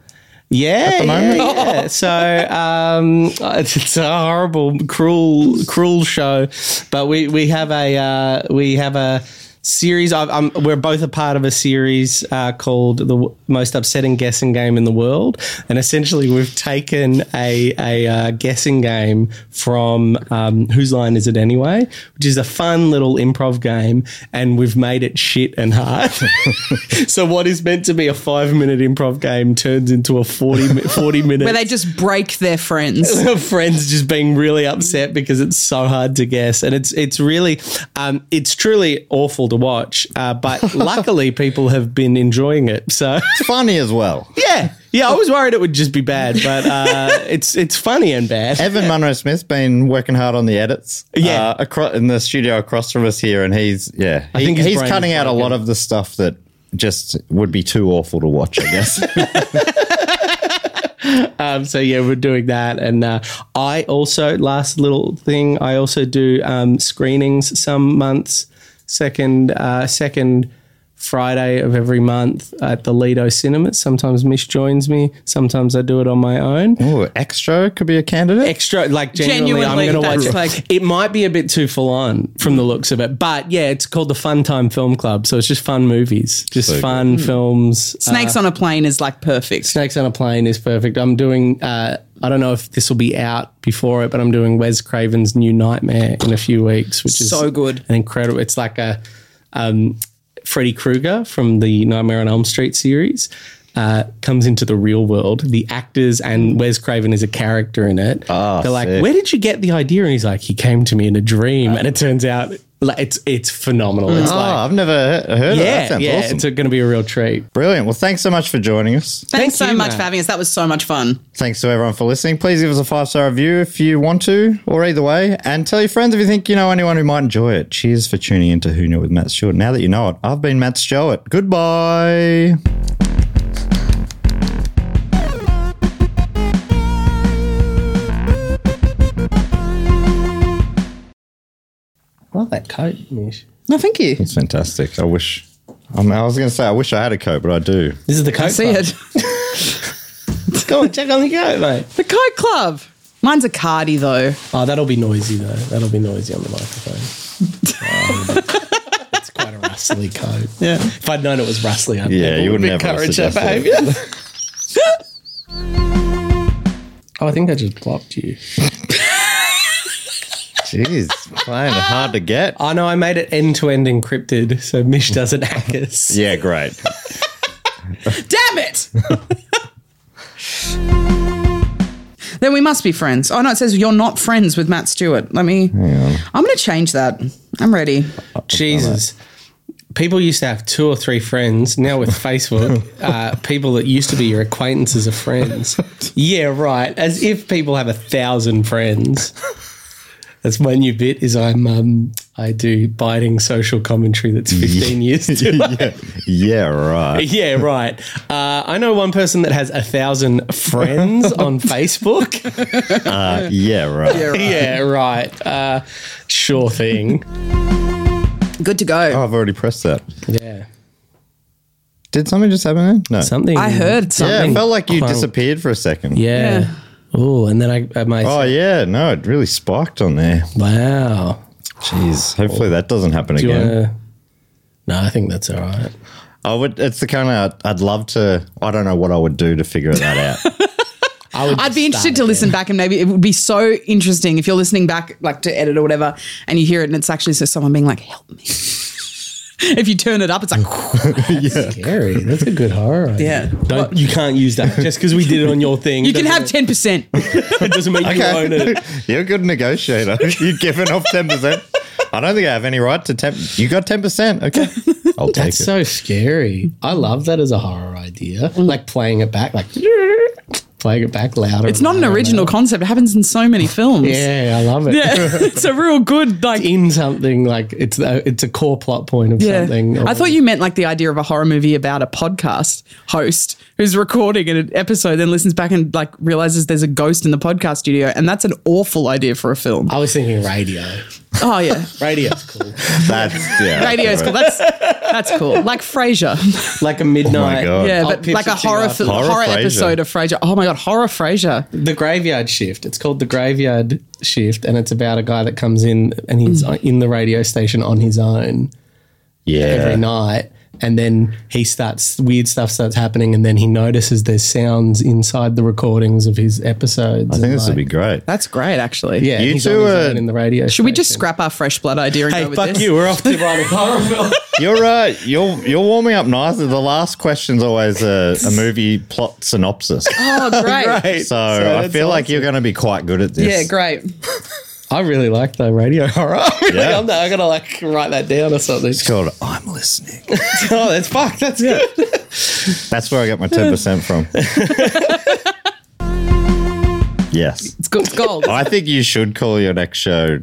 Yeah, the yeah, moment. yeah. so um, it's, it's a horrible, cruel, cruel show. But we we have a uh, we have a series. I've, I'm, we're both a part of a series uh, called the W- most upsetting guessing game in the world, and essentially we've taken a a uh, guessing game from um, whose line is it anyway, which is a fun little improv game, and we've made it shit and hard. so what is meant to be a five minute improv game turns into a 40, mi- 40 minute Where they just break their friends. of friends just being really upset because it's so hard to guess, and it's it's really, um, it's truly awful to watch. Uh, but luckily, people have been enjoying it. So Funny as well. yeah, yeah, I was worried it would just be bad, but uh, it's it's funny and bad. Evan Munro Smith's been working hard on the edits. Yeah. uh, acro- in the studio across from us here, and he's yeah, he- think his he's brain is cutting out a broken. lot of the stuff that just would be too awful to watch. I guess. um, so yeah, we're doing that, and uh, I also last little thing. I also do um, screenings some months, second uh, second Friday of every month at the Lido Cinemas. Sometimes Mish joins me. Sometimes I do it on my own. Ooh, extra could be a candidate. Extra, like genuinely, I'm Genuinely, going to watch that's it. like- it might be a bit too full on from the looks of it, but yeah, it's called the Fun Time Film Club, so it's just fun movies, just So good. fun Hmm. films. Snakes on a plane is like perfect. Snakes on a Plane is perfect. I'm doing. Uh, I don't know if this will be out before it, but I'm doing Wes Craven's New Nightmare in a few weeks, which is So good. and incredible. It's like a um, Freddy Krueger from the Nightmare on Elm Street series. Uh, comes into the real world. The actors and Wes Craven is a character in it. They're like, "Where did you get the idea?" And he's like, "He came to me in a dream." And it turns out, like, it's it's phenomenal. It's Oh, like, I've never he- heard of that. yeah, Sounds yeah, awesome. it's going to be a real treat. Brilliant. Well, thanks so much for joining us. Thanks Thank so you, much Matt. for having us. That was so much fun. Thanks to everyone for listening. Please give us a five star review if you want to, or either way. And tell your friends if you think you know anyone who might enjoy it. Cheers for tuning into Who Knew with Matt Stewart. Now that you know it, I've been Matt Stewart. Goodbye. I love that coat, Mish. No, thank you. It's fantastic. I wish. Um, I was going to say I wish I had a coat, but I do. This is the coat. I see Club. it. Go on, check on the coat, mate. The Coke Club. Mine's a Cardi though. Oh, that'll be noisy though. That'll be noisy on the microphone. Um, it's quite a rustly coat. Yeah. If I'd known it was rustly, I'd Yeah, never you would would never encourage that suggest behaviour. oh, I think I just blocked you. Jeez, playing hard to get. Oh no, I made it end to end encrypted, so Mish doesn't hack us. Yeah, great. Damn it! then we must be friends. Oh no, it says you're not friends with Matt Stewart. Let me. I'm going to change that. I'm ready. Jesus. People used to have two or three friends. Now with Facebook, uh, people that used to be your acquaintances are friends. Yeah, right. As if people have a thousand friends. That's my new bit. Is I'm um, I do biting social commentary that's fifteen years too late. yeah, yeah, right. Yeah, right. Uh, I know one person that has a thousand friends on Facebook. Uh, yeah, right. Yeah, right. Uh, sure thing. Good to go. Oh, I've already pressed that. Yeah, Did something just happen there? No. something. I heard yeah, something. it felt like you Clunk. disappeared for a second. Yeah. Oh, and then I, I my Oh, yeah. No, it really spiked on there. wow. Jeez. Hopefully that doesn't happen Do you again. wanna? No, I think that's all right. I would. It's the kind of. I'd love to. I don't know what I would do to figure that out. I would I'd be interested to listen back and maybe it would be so interesting if you're listening back, like to edit or whatever, and you hear it and it's actually so someone being like, help me. if you turn it up, it's like, yeah. Scary. That's a good horror. idea. Yeah. Don't you can't use that just because we did it on your thing. you can doesn't have 10%. mean- it doesn't mean you own it. Okay. You're a good negotiator. You've given off ten percent. I don't think I have any right to ten. You got ten percent. Okay. I'll take That's it. so scary. I love that as a horror idea. Like playing it back, like playing it back louder. It's not an original concept. It happens in so many films. Yeah, I love it. it's a real good, like, In something like it's a, it's a core plot point of something. I or- thought you meant like the idea of a horror movie about a podcast host who's recording an episode, then listens back and like realizes there's a ghost in the podcast studio. And that's an awful idea for a film. I was thinking radio. Oh, yeah. Radio's cool. That's yeah. Radio is okay. cool. That's that's cool. Like Frasier. like a midnight. God. Yeah, Oh, but Pips like a and horror, Chicken fi- Horror horror, Frasier. episode of Frasier. Oh my God, horror Frasier. the graveyard shift. It's called the graveyard shift, and it's about a guy that comes in and he's Mm. in the radio station on his own Yeah. every night. And then he starts weird stuff starts happening, and then he notices there's sounds inside the recordings of his episodes. I think and this would be like- great. That's great, actually. yeah. You he's two on his are- own in the radio. Should we just scrap our fresh blood idea and Hey, go with fuck this? you! We're off to write a horror film. You're uh, you're you're warming up nicely. The last question's always a, a movie plot synopsis. Oh, great. So, I that's feel like you're going to be quite good at Yeah, this. great. I really like the radio horror. I really, Yeah. I'm, not, I'm gonna like write that down or something. It's called I'm listening. oh, that's fuck. That's good. That's where I got my ten percent from. yes, It's good gold. I think you should call your next show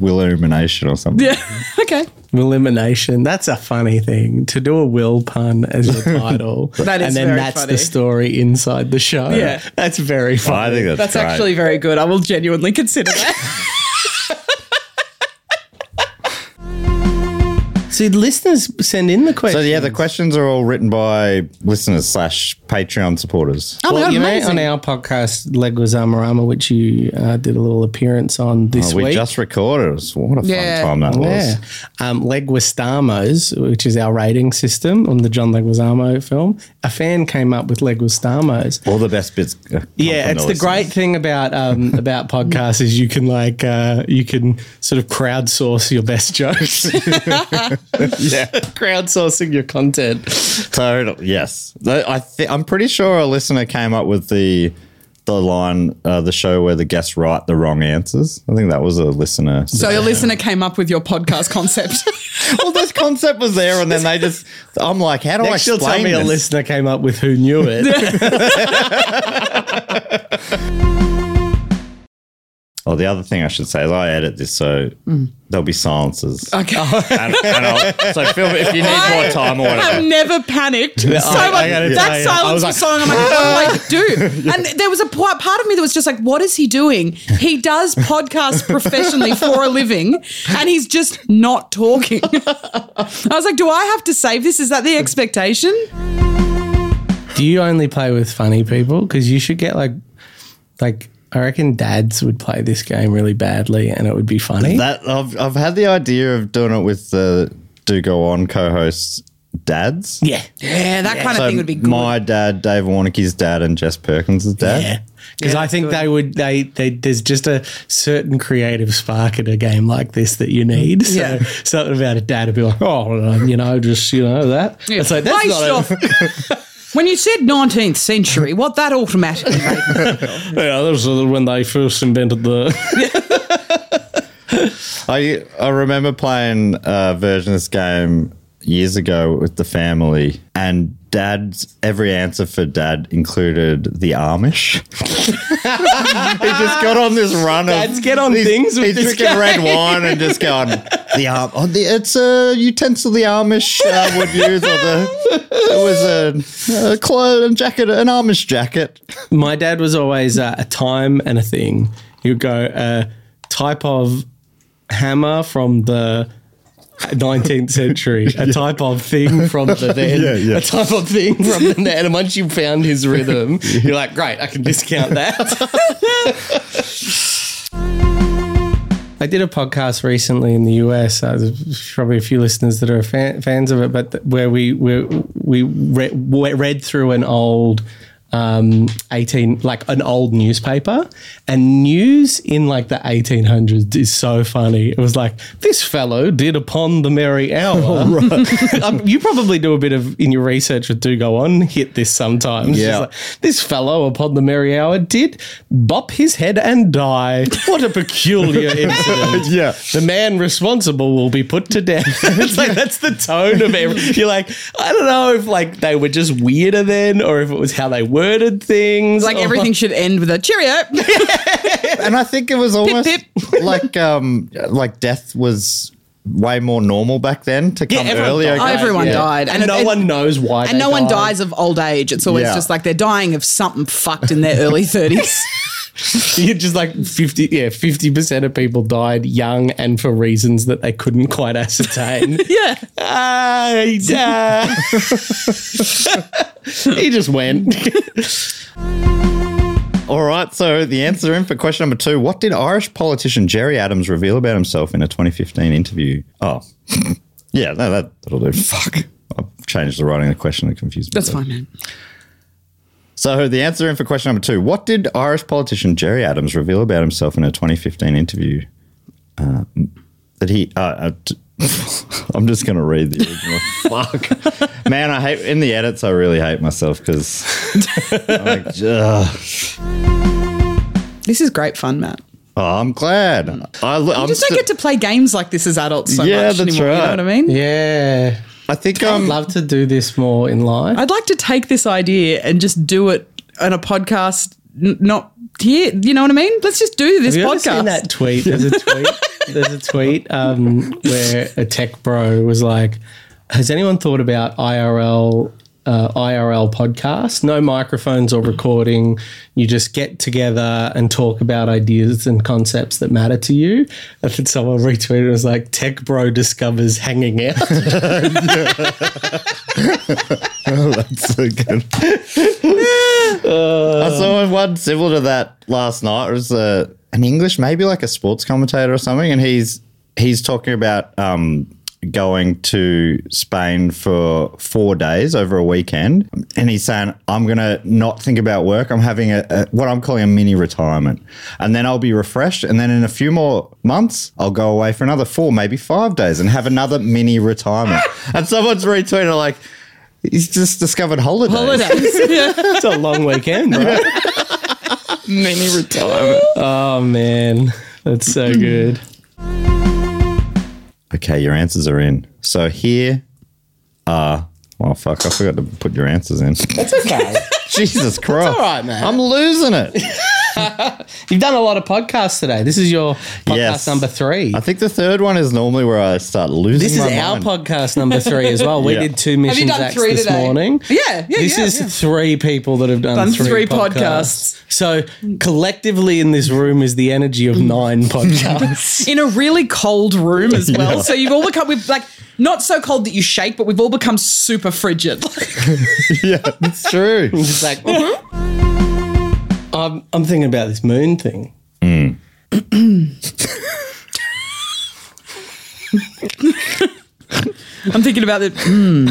will illumination or something. Yeah. okay. Elimination. That's a funny thing to do a will pun as your title. That is and then very that's funny. the story inside the show. Yeah. That's very funny. I think that's, That's great. actually very good. I will genuinely consider that. So listeners send in the So question. yeah, the questions are all written by listeners slash Patreon supporters. Oh, well, God, you know, on amazing. our podcast, Leguizamarama, which you uh, did a little appearance on this Oh, we week. just recorded. It was- What a Yeah. fun time that Oh, yeah. was. Um, Leguistamos, which is our rating system on the John Leguizamo film. A fan came up with Leguistamos. All the best bits. uh, come Yeah, from it's the listeners. great thing about um, about podcasts is you can like uh, you can sort of crowdsource your best jokes. yeah, crowdsourcing your content. Total- yes. Though I th- I'm pretty sure a listener came up with the the line, uh, the show where the guests write the wrong answers. I think that was a listener. so your listener came up with your podcast concept. well, this concept was there, and then they just. I'm like, how do Oh, I Next, you'll explain tell me a this? listener came up with who knew it. Oh, the other thing I should say is I edit this, so there'll be silences. okay. Oh. and, and I'll, so Phil, if you need more time or I've whatever. never panicked so much. I- I gotta tell That you, I silence was was, like, so long. I'm like, what do I do? And there was a po- part of me that was just like, what is he doing? He does podcasts professionally for a living, and he's just not talking. I was like, do I have to save this? Is that the expectation? Do you only play with funny people? Because you should get like like I reckon dads would play this game really badly, and it would be funny. That I've, I've had the idea of doing it with the Do Go On co-hosts dads. yeah, Yeah, that kind of So thing would be good. my dad, Dave Warnicki's dad, and Jess Perkins' dad. Yeah. Because I think they would they, they there's just a certain creative spark in a game like this that you need. So Yeah. something about a dad to be like, oh, uh, you know, just you know that. It's like that's Based not a, off- when you said 19th century, what that automatically made me yeah, that was when they first invented the. I I remember playing a version of this game years ago with the family, and dad's every answer for dad included the Amish. he just got on this run. Dads of, get on he's- things with he's this drinking red wine and just going the Am- oh, the, it's a utensil the Amish uh, would use, or the it was a, a cloth and jacket, an Amish jacket. My dad was always uh, a time and a thing. He would go uh, type of hammer from the. 19th century, a type of thing from the then, Yeah, yeah. a type of thing from the then. And once you found his rhythm, you're like, great, I can discount that. I did a podcast recently in the US. Uh, there's probably a few listeners that are fan, fans of it, but th- where we we we re- we read through an old um, eighteen like an old newspaper, and news in like the eighteen hundreds is so funny. It was like this fellow did upon the merry hour. um, you probably do a bit of in your research with do go on hit this sometimes. It's just Yeah. like, this fellow upon the merry hour did bop his head and die. What a peculiar incident. Yeah. The man responsible will be put to death. it's like that's the tone of every. You're like, I don't know if like they were just weirder then, or if it was how they worded things. Like or- everything should end with a cheerio. and I think it was almost pip. like um like death was way more normal back then to Yeah, come everyone earlier. died. Everyone died. and, And it- no it- one knows why. And they no one died. dies of old age. It's always Yeah. just like they're dying of something fucked in their early 30s. You're just like fifty. Yeah, fifty percent of people died young and for reasons that they couldn't quite ascertain. yeah. I die. he just went. All right, so the answer in for question number two: What did Irish politician Jerry Adams reveal about himself in a 2015 interview? Oh, yeah, no, that that'll do. Fuck, I've changed the writing of the question and confused. That's myself. fine, man. So the answer in for question number two: What did Irish politician Jerry Adams reveal about himself in a 2015 interview? Uh, that he, uh, uh, t- I'm just going to read the original. Fuck, man, I hate in the edits. I really hate myself because. This is great fun, Matt. Oh, I'm glad. I, am You just don't get to play games like this as adults so Yeah, much that's anymore. You know right. what I mean? Yeah. I think I'd um, love to do this more in life. I'd like to take this idea and just do it on a podcast, n- not here. You know what I mean? Let's just do this Have you ever podcast. seen that tweet? There's a tweet. there's a tweet um, where a tech bro was like, "Has anyone thought about IRL?" Uh, IRL podcast, no microphones or recording. You just get together and talk about ideas and concepts that matter to you. And then someone retweeted it was like, "Tech bro discovers hanging out." That's so good. I saw one similar to that last night. It was uh, an English, maybe like a sports commentator or something, and he's he's talking about um, going to Spain for four days over a weekend, and he's saying, "I'm gonna not think about work. I'm having a, a what I'm calling a mini retirement, and then I'll be refreshed. And then in a few more months, I'll go away for another four, maybe five days, and have another mini retirement." and someone's retweeted like. He's just discovered holidays. Holidays. Yeah. it's a long weekend, right? Mini retirement. Oh man, that's so Mm. good. Okay, your answers are in. So here are. Well, fuck, I forgot to put your answers in. That's okay. Jesus Christ. all right, man. I'm losing it. You've done a lot of podcasts today. This is your podcast Yes. number three. I think the third one is normally where I start losing This is my our mind. podcast number three as well. We Yeah. did two missions done acts three this today? morning. Yeah, yeah, This yeah, is yeah. three people that have done, Done three, three podcasts. So collectively in this room is the energy of nine podcasts. in a really cold room as well. So you've all become we've like not so cold that you shake, but we've all become super frigid. yeah, it's true. It's like, Mm-hmm. I'm, I'm thinking about this moon thing. I'm thinking about it. Hmm.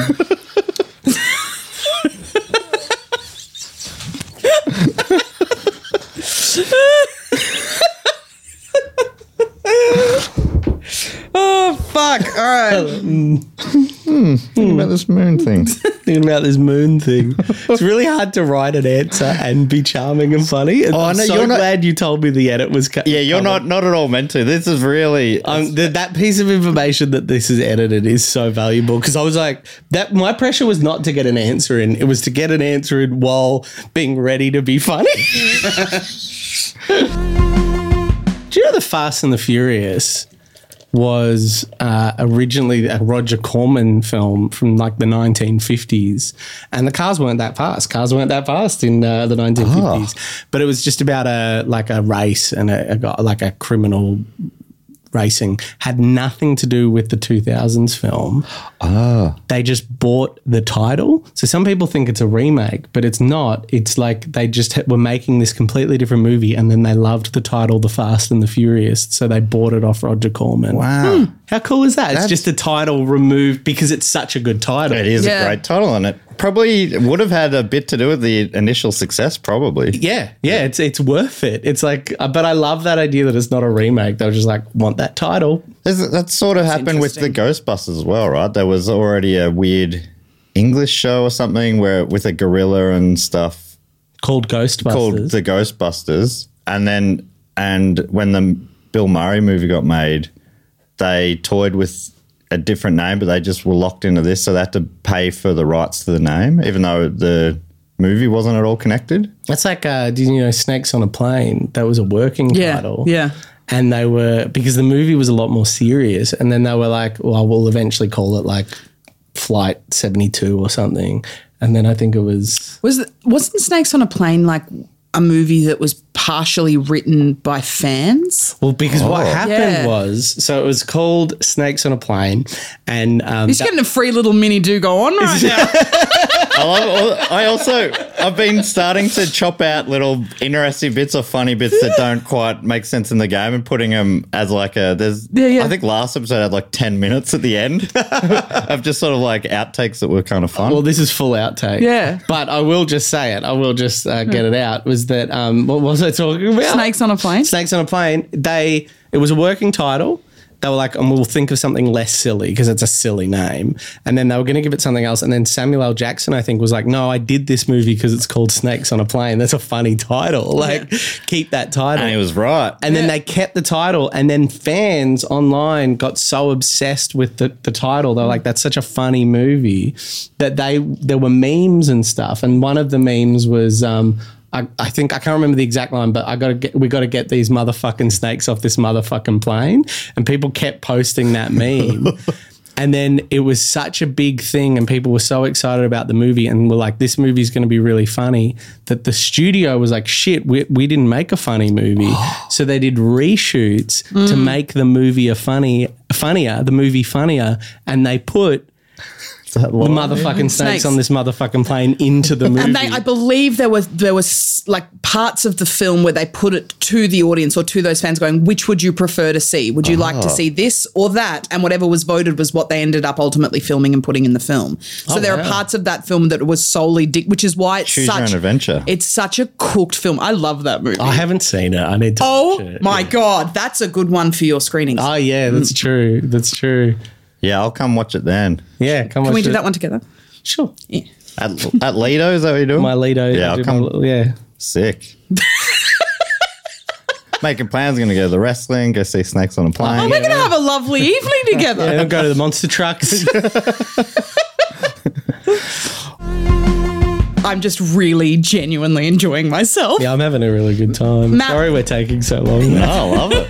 oh fuck! All right. Think about this moon thing. Thinking about this moon thing. It's really hard to write an answer and be charming and funny. And Oh, I'm no, so you're not- glad you told me the edit was cut. Yeah, you're not not at all meant to. This is really. Um, th- that piece of information that this is edited is so valuable because I was like, that my pressure was not to get an answer in; it was to get an answer in while being ready to be funny. Do you know the Fast and the Furious was uh, originally a Roger Corman film from like the 1950s, and the cars weren't that fast. Cars weren't that fast in uh, the 1950s, but it was just about a like a race and a, a guy- like a criminal racing had nothing to do with the 2000s film. Ah. They just bought the title. So some people think it's a remake, but it's not. It's like they just ha- were making this completely different movie and then they loved the title The Fast and the Furious, so they bought it off Roger Corman. Wow. How cool is that? That's- it's just a title removed because it's such a good title. It is Yeah. a great title, and it probably would have had a bit to do with the initial success, probably. Yeah, yeah, it's it's worth it. It's like, uh, but I love that idea that it's not a remake. They were just like, want that title. That's, that sort of happened with the Ghostbusters as well, right? There was already a weird English show or something where with a gorilla and stuff Called Ghostbusters. called the Ghostbusters, and then and when the Bill Murray movie got made, they toyed with a different name, but they just were locked into this, so they had to pay for the rights to the name, even though the movie wasn't at all connected. That's like, uh, did you know Snakes on a Plane? That was a working Yeah, title. yeah. And they were, because the movie was a lot more serious. And then they were like, well, we'll eventually call it like Flight 72 or something. And then I think it was, Was wasn't Snakes on a Plane like a movie that was partially written by fans? well, because what happened Yeah. was, so it was called Snakes on a Plane. And um, He's getting a free little mini do go on right now. I, love, I also I've been starting to chop out little interesting bits or funny bits that don't quite make sense in the game and putting them as like a there's Yeah, yeah. I think last episode had like ten minutes at the end of just sort of like outtakes that were kind of fun. Well, this is full outtake. Yeah. Hmm. But I will just say it. I will just uh, get it out. Was that um, what was I talking about? Snakes on a Plane? Snakes on a plane. They it was a working title. They were like, and we'll think of something less silly because it's a silly name. And then they were going to give it something else. And then Samuel L. Jackson, I think, was like, no, I did this movie because it's called Snakes on a Plane. That's a funny title. Like, keep that title. and he was right. And then they kept the title, and then fans online got so obsessed with the, the title. They're like, "That's such a funny movie," that they there were memes and stuff. And one of the memes was, um, I, I think I can't remember the exact line, but I got to get we got to get these motherfucking snakes off this motherfucking plane, and people kept posting that meme. And then it was such a big thing, and people were so excited about the movie and were like, this movie's going to be really funny. That the studio was like, shit, we, we didn't make a funny movie. so they did reshoots to Mm. make the movie a funny, funnier, the movie funnier. And they put That the line. motherfucking snakes Snakes. on this motherfucking plane into the movie. And they, I believe there was there was like parts of the film where they put it to the audience or to those fans, going, "Which would you prefer to see? Would you Ah. like to see this or that?" And whatever was voted was what they ended up ultimately filming and putting in the film. So there are Oh, wow. parts of that film that was solely, dic- which is why it's Choose your such own adventure. It's such a cooked film. I love that movie. I haven't seen it. I need to. oh watch it. my god, that's a good one for your screenings. Oh yeah, that's true. That's true. Yeah, I'll come watch it then. Yeah, come Can we watch do it. that one together? Sure. At, at Lido, is that what you're doing? My Lido. Yeah, I I'll do come. my little- yeah. Sick. Making plans, gonna go to the wrestling, go see snakes on a plane. Oh, we're gonna have a lovely evening together. And I'll go to the monster trucks. I'm just really genuinely enjoying myself. yeah, I'm having a really good time. Matt- Sorry, we're taking so long. Oh, I love it.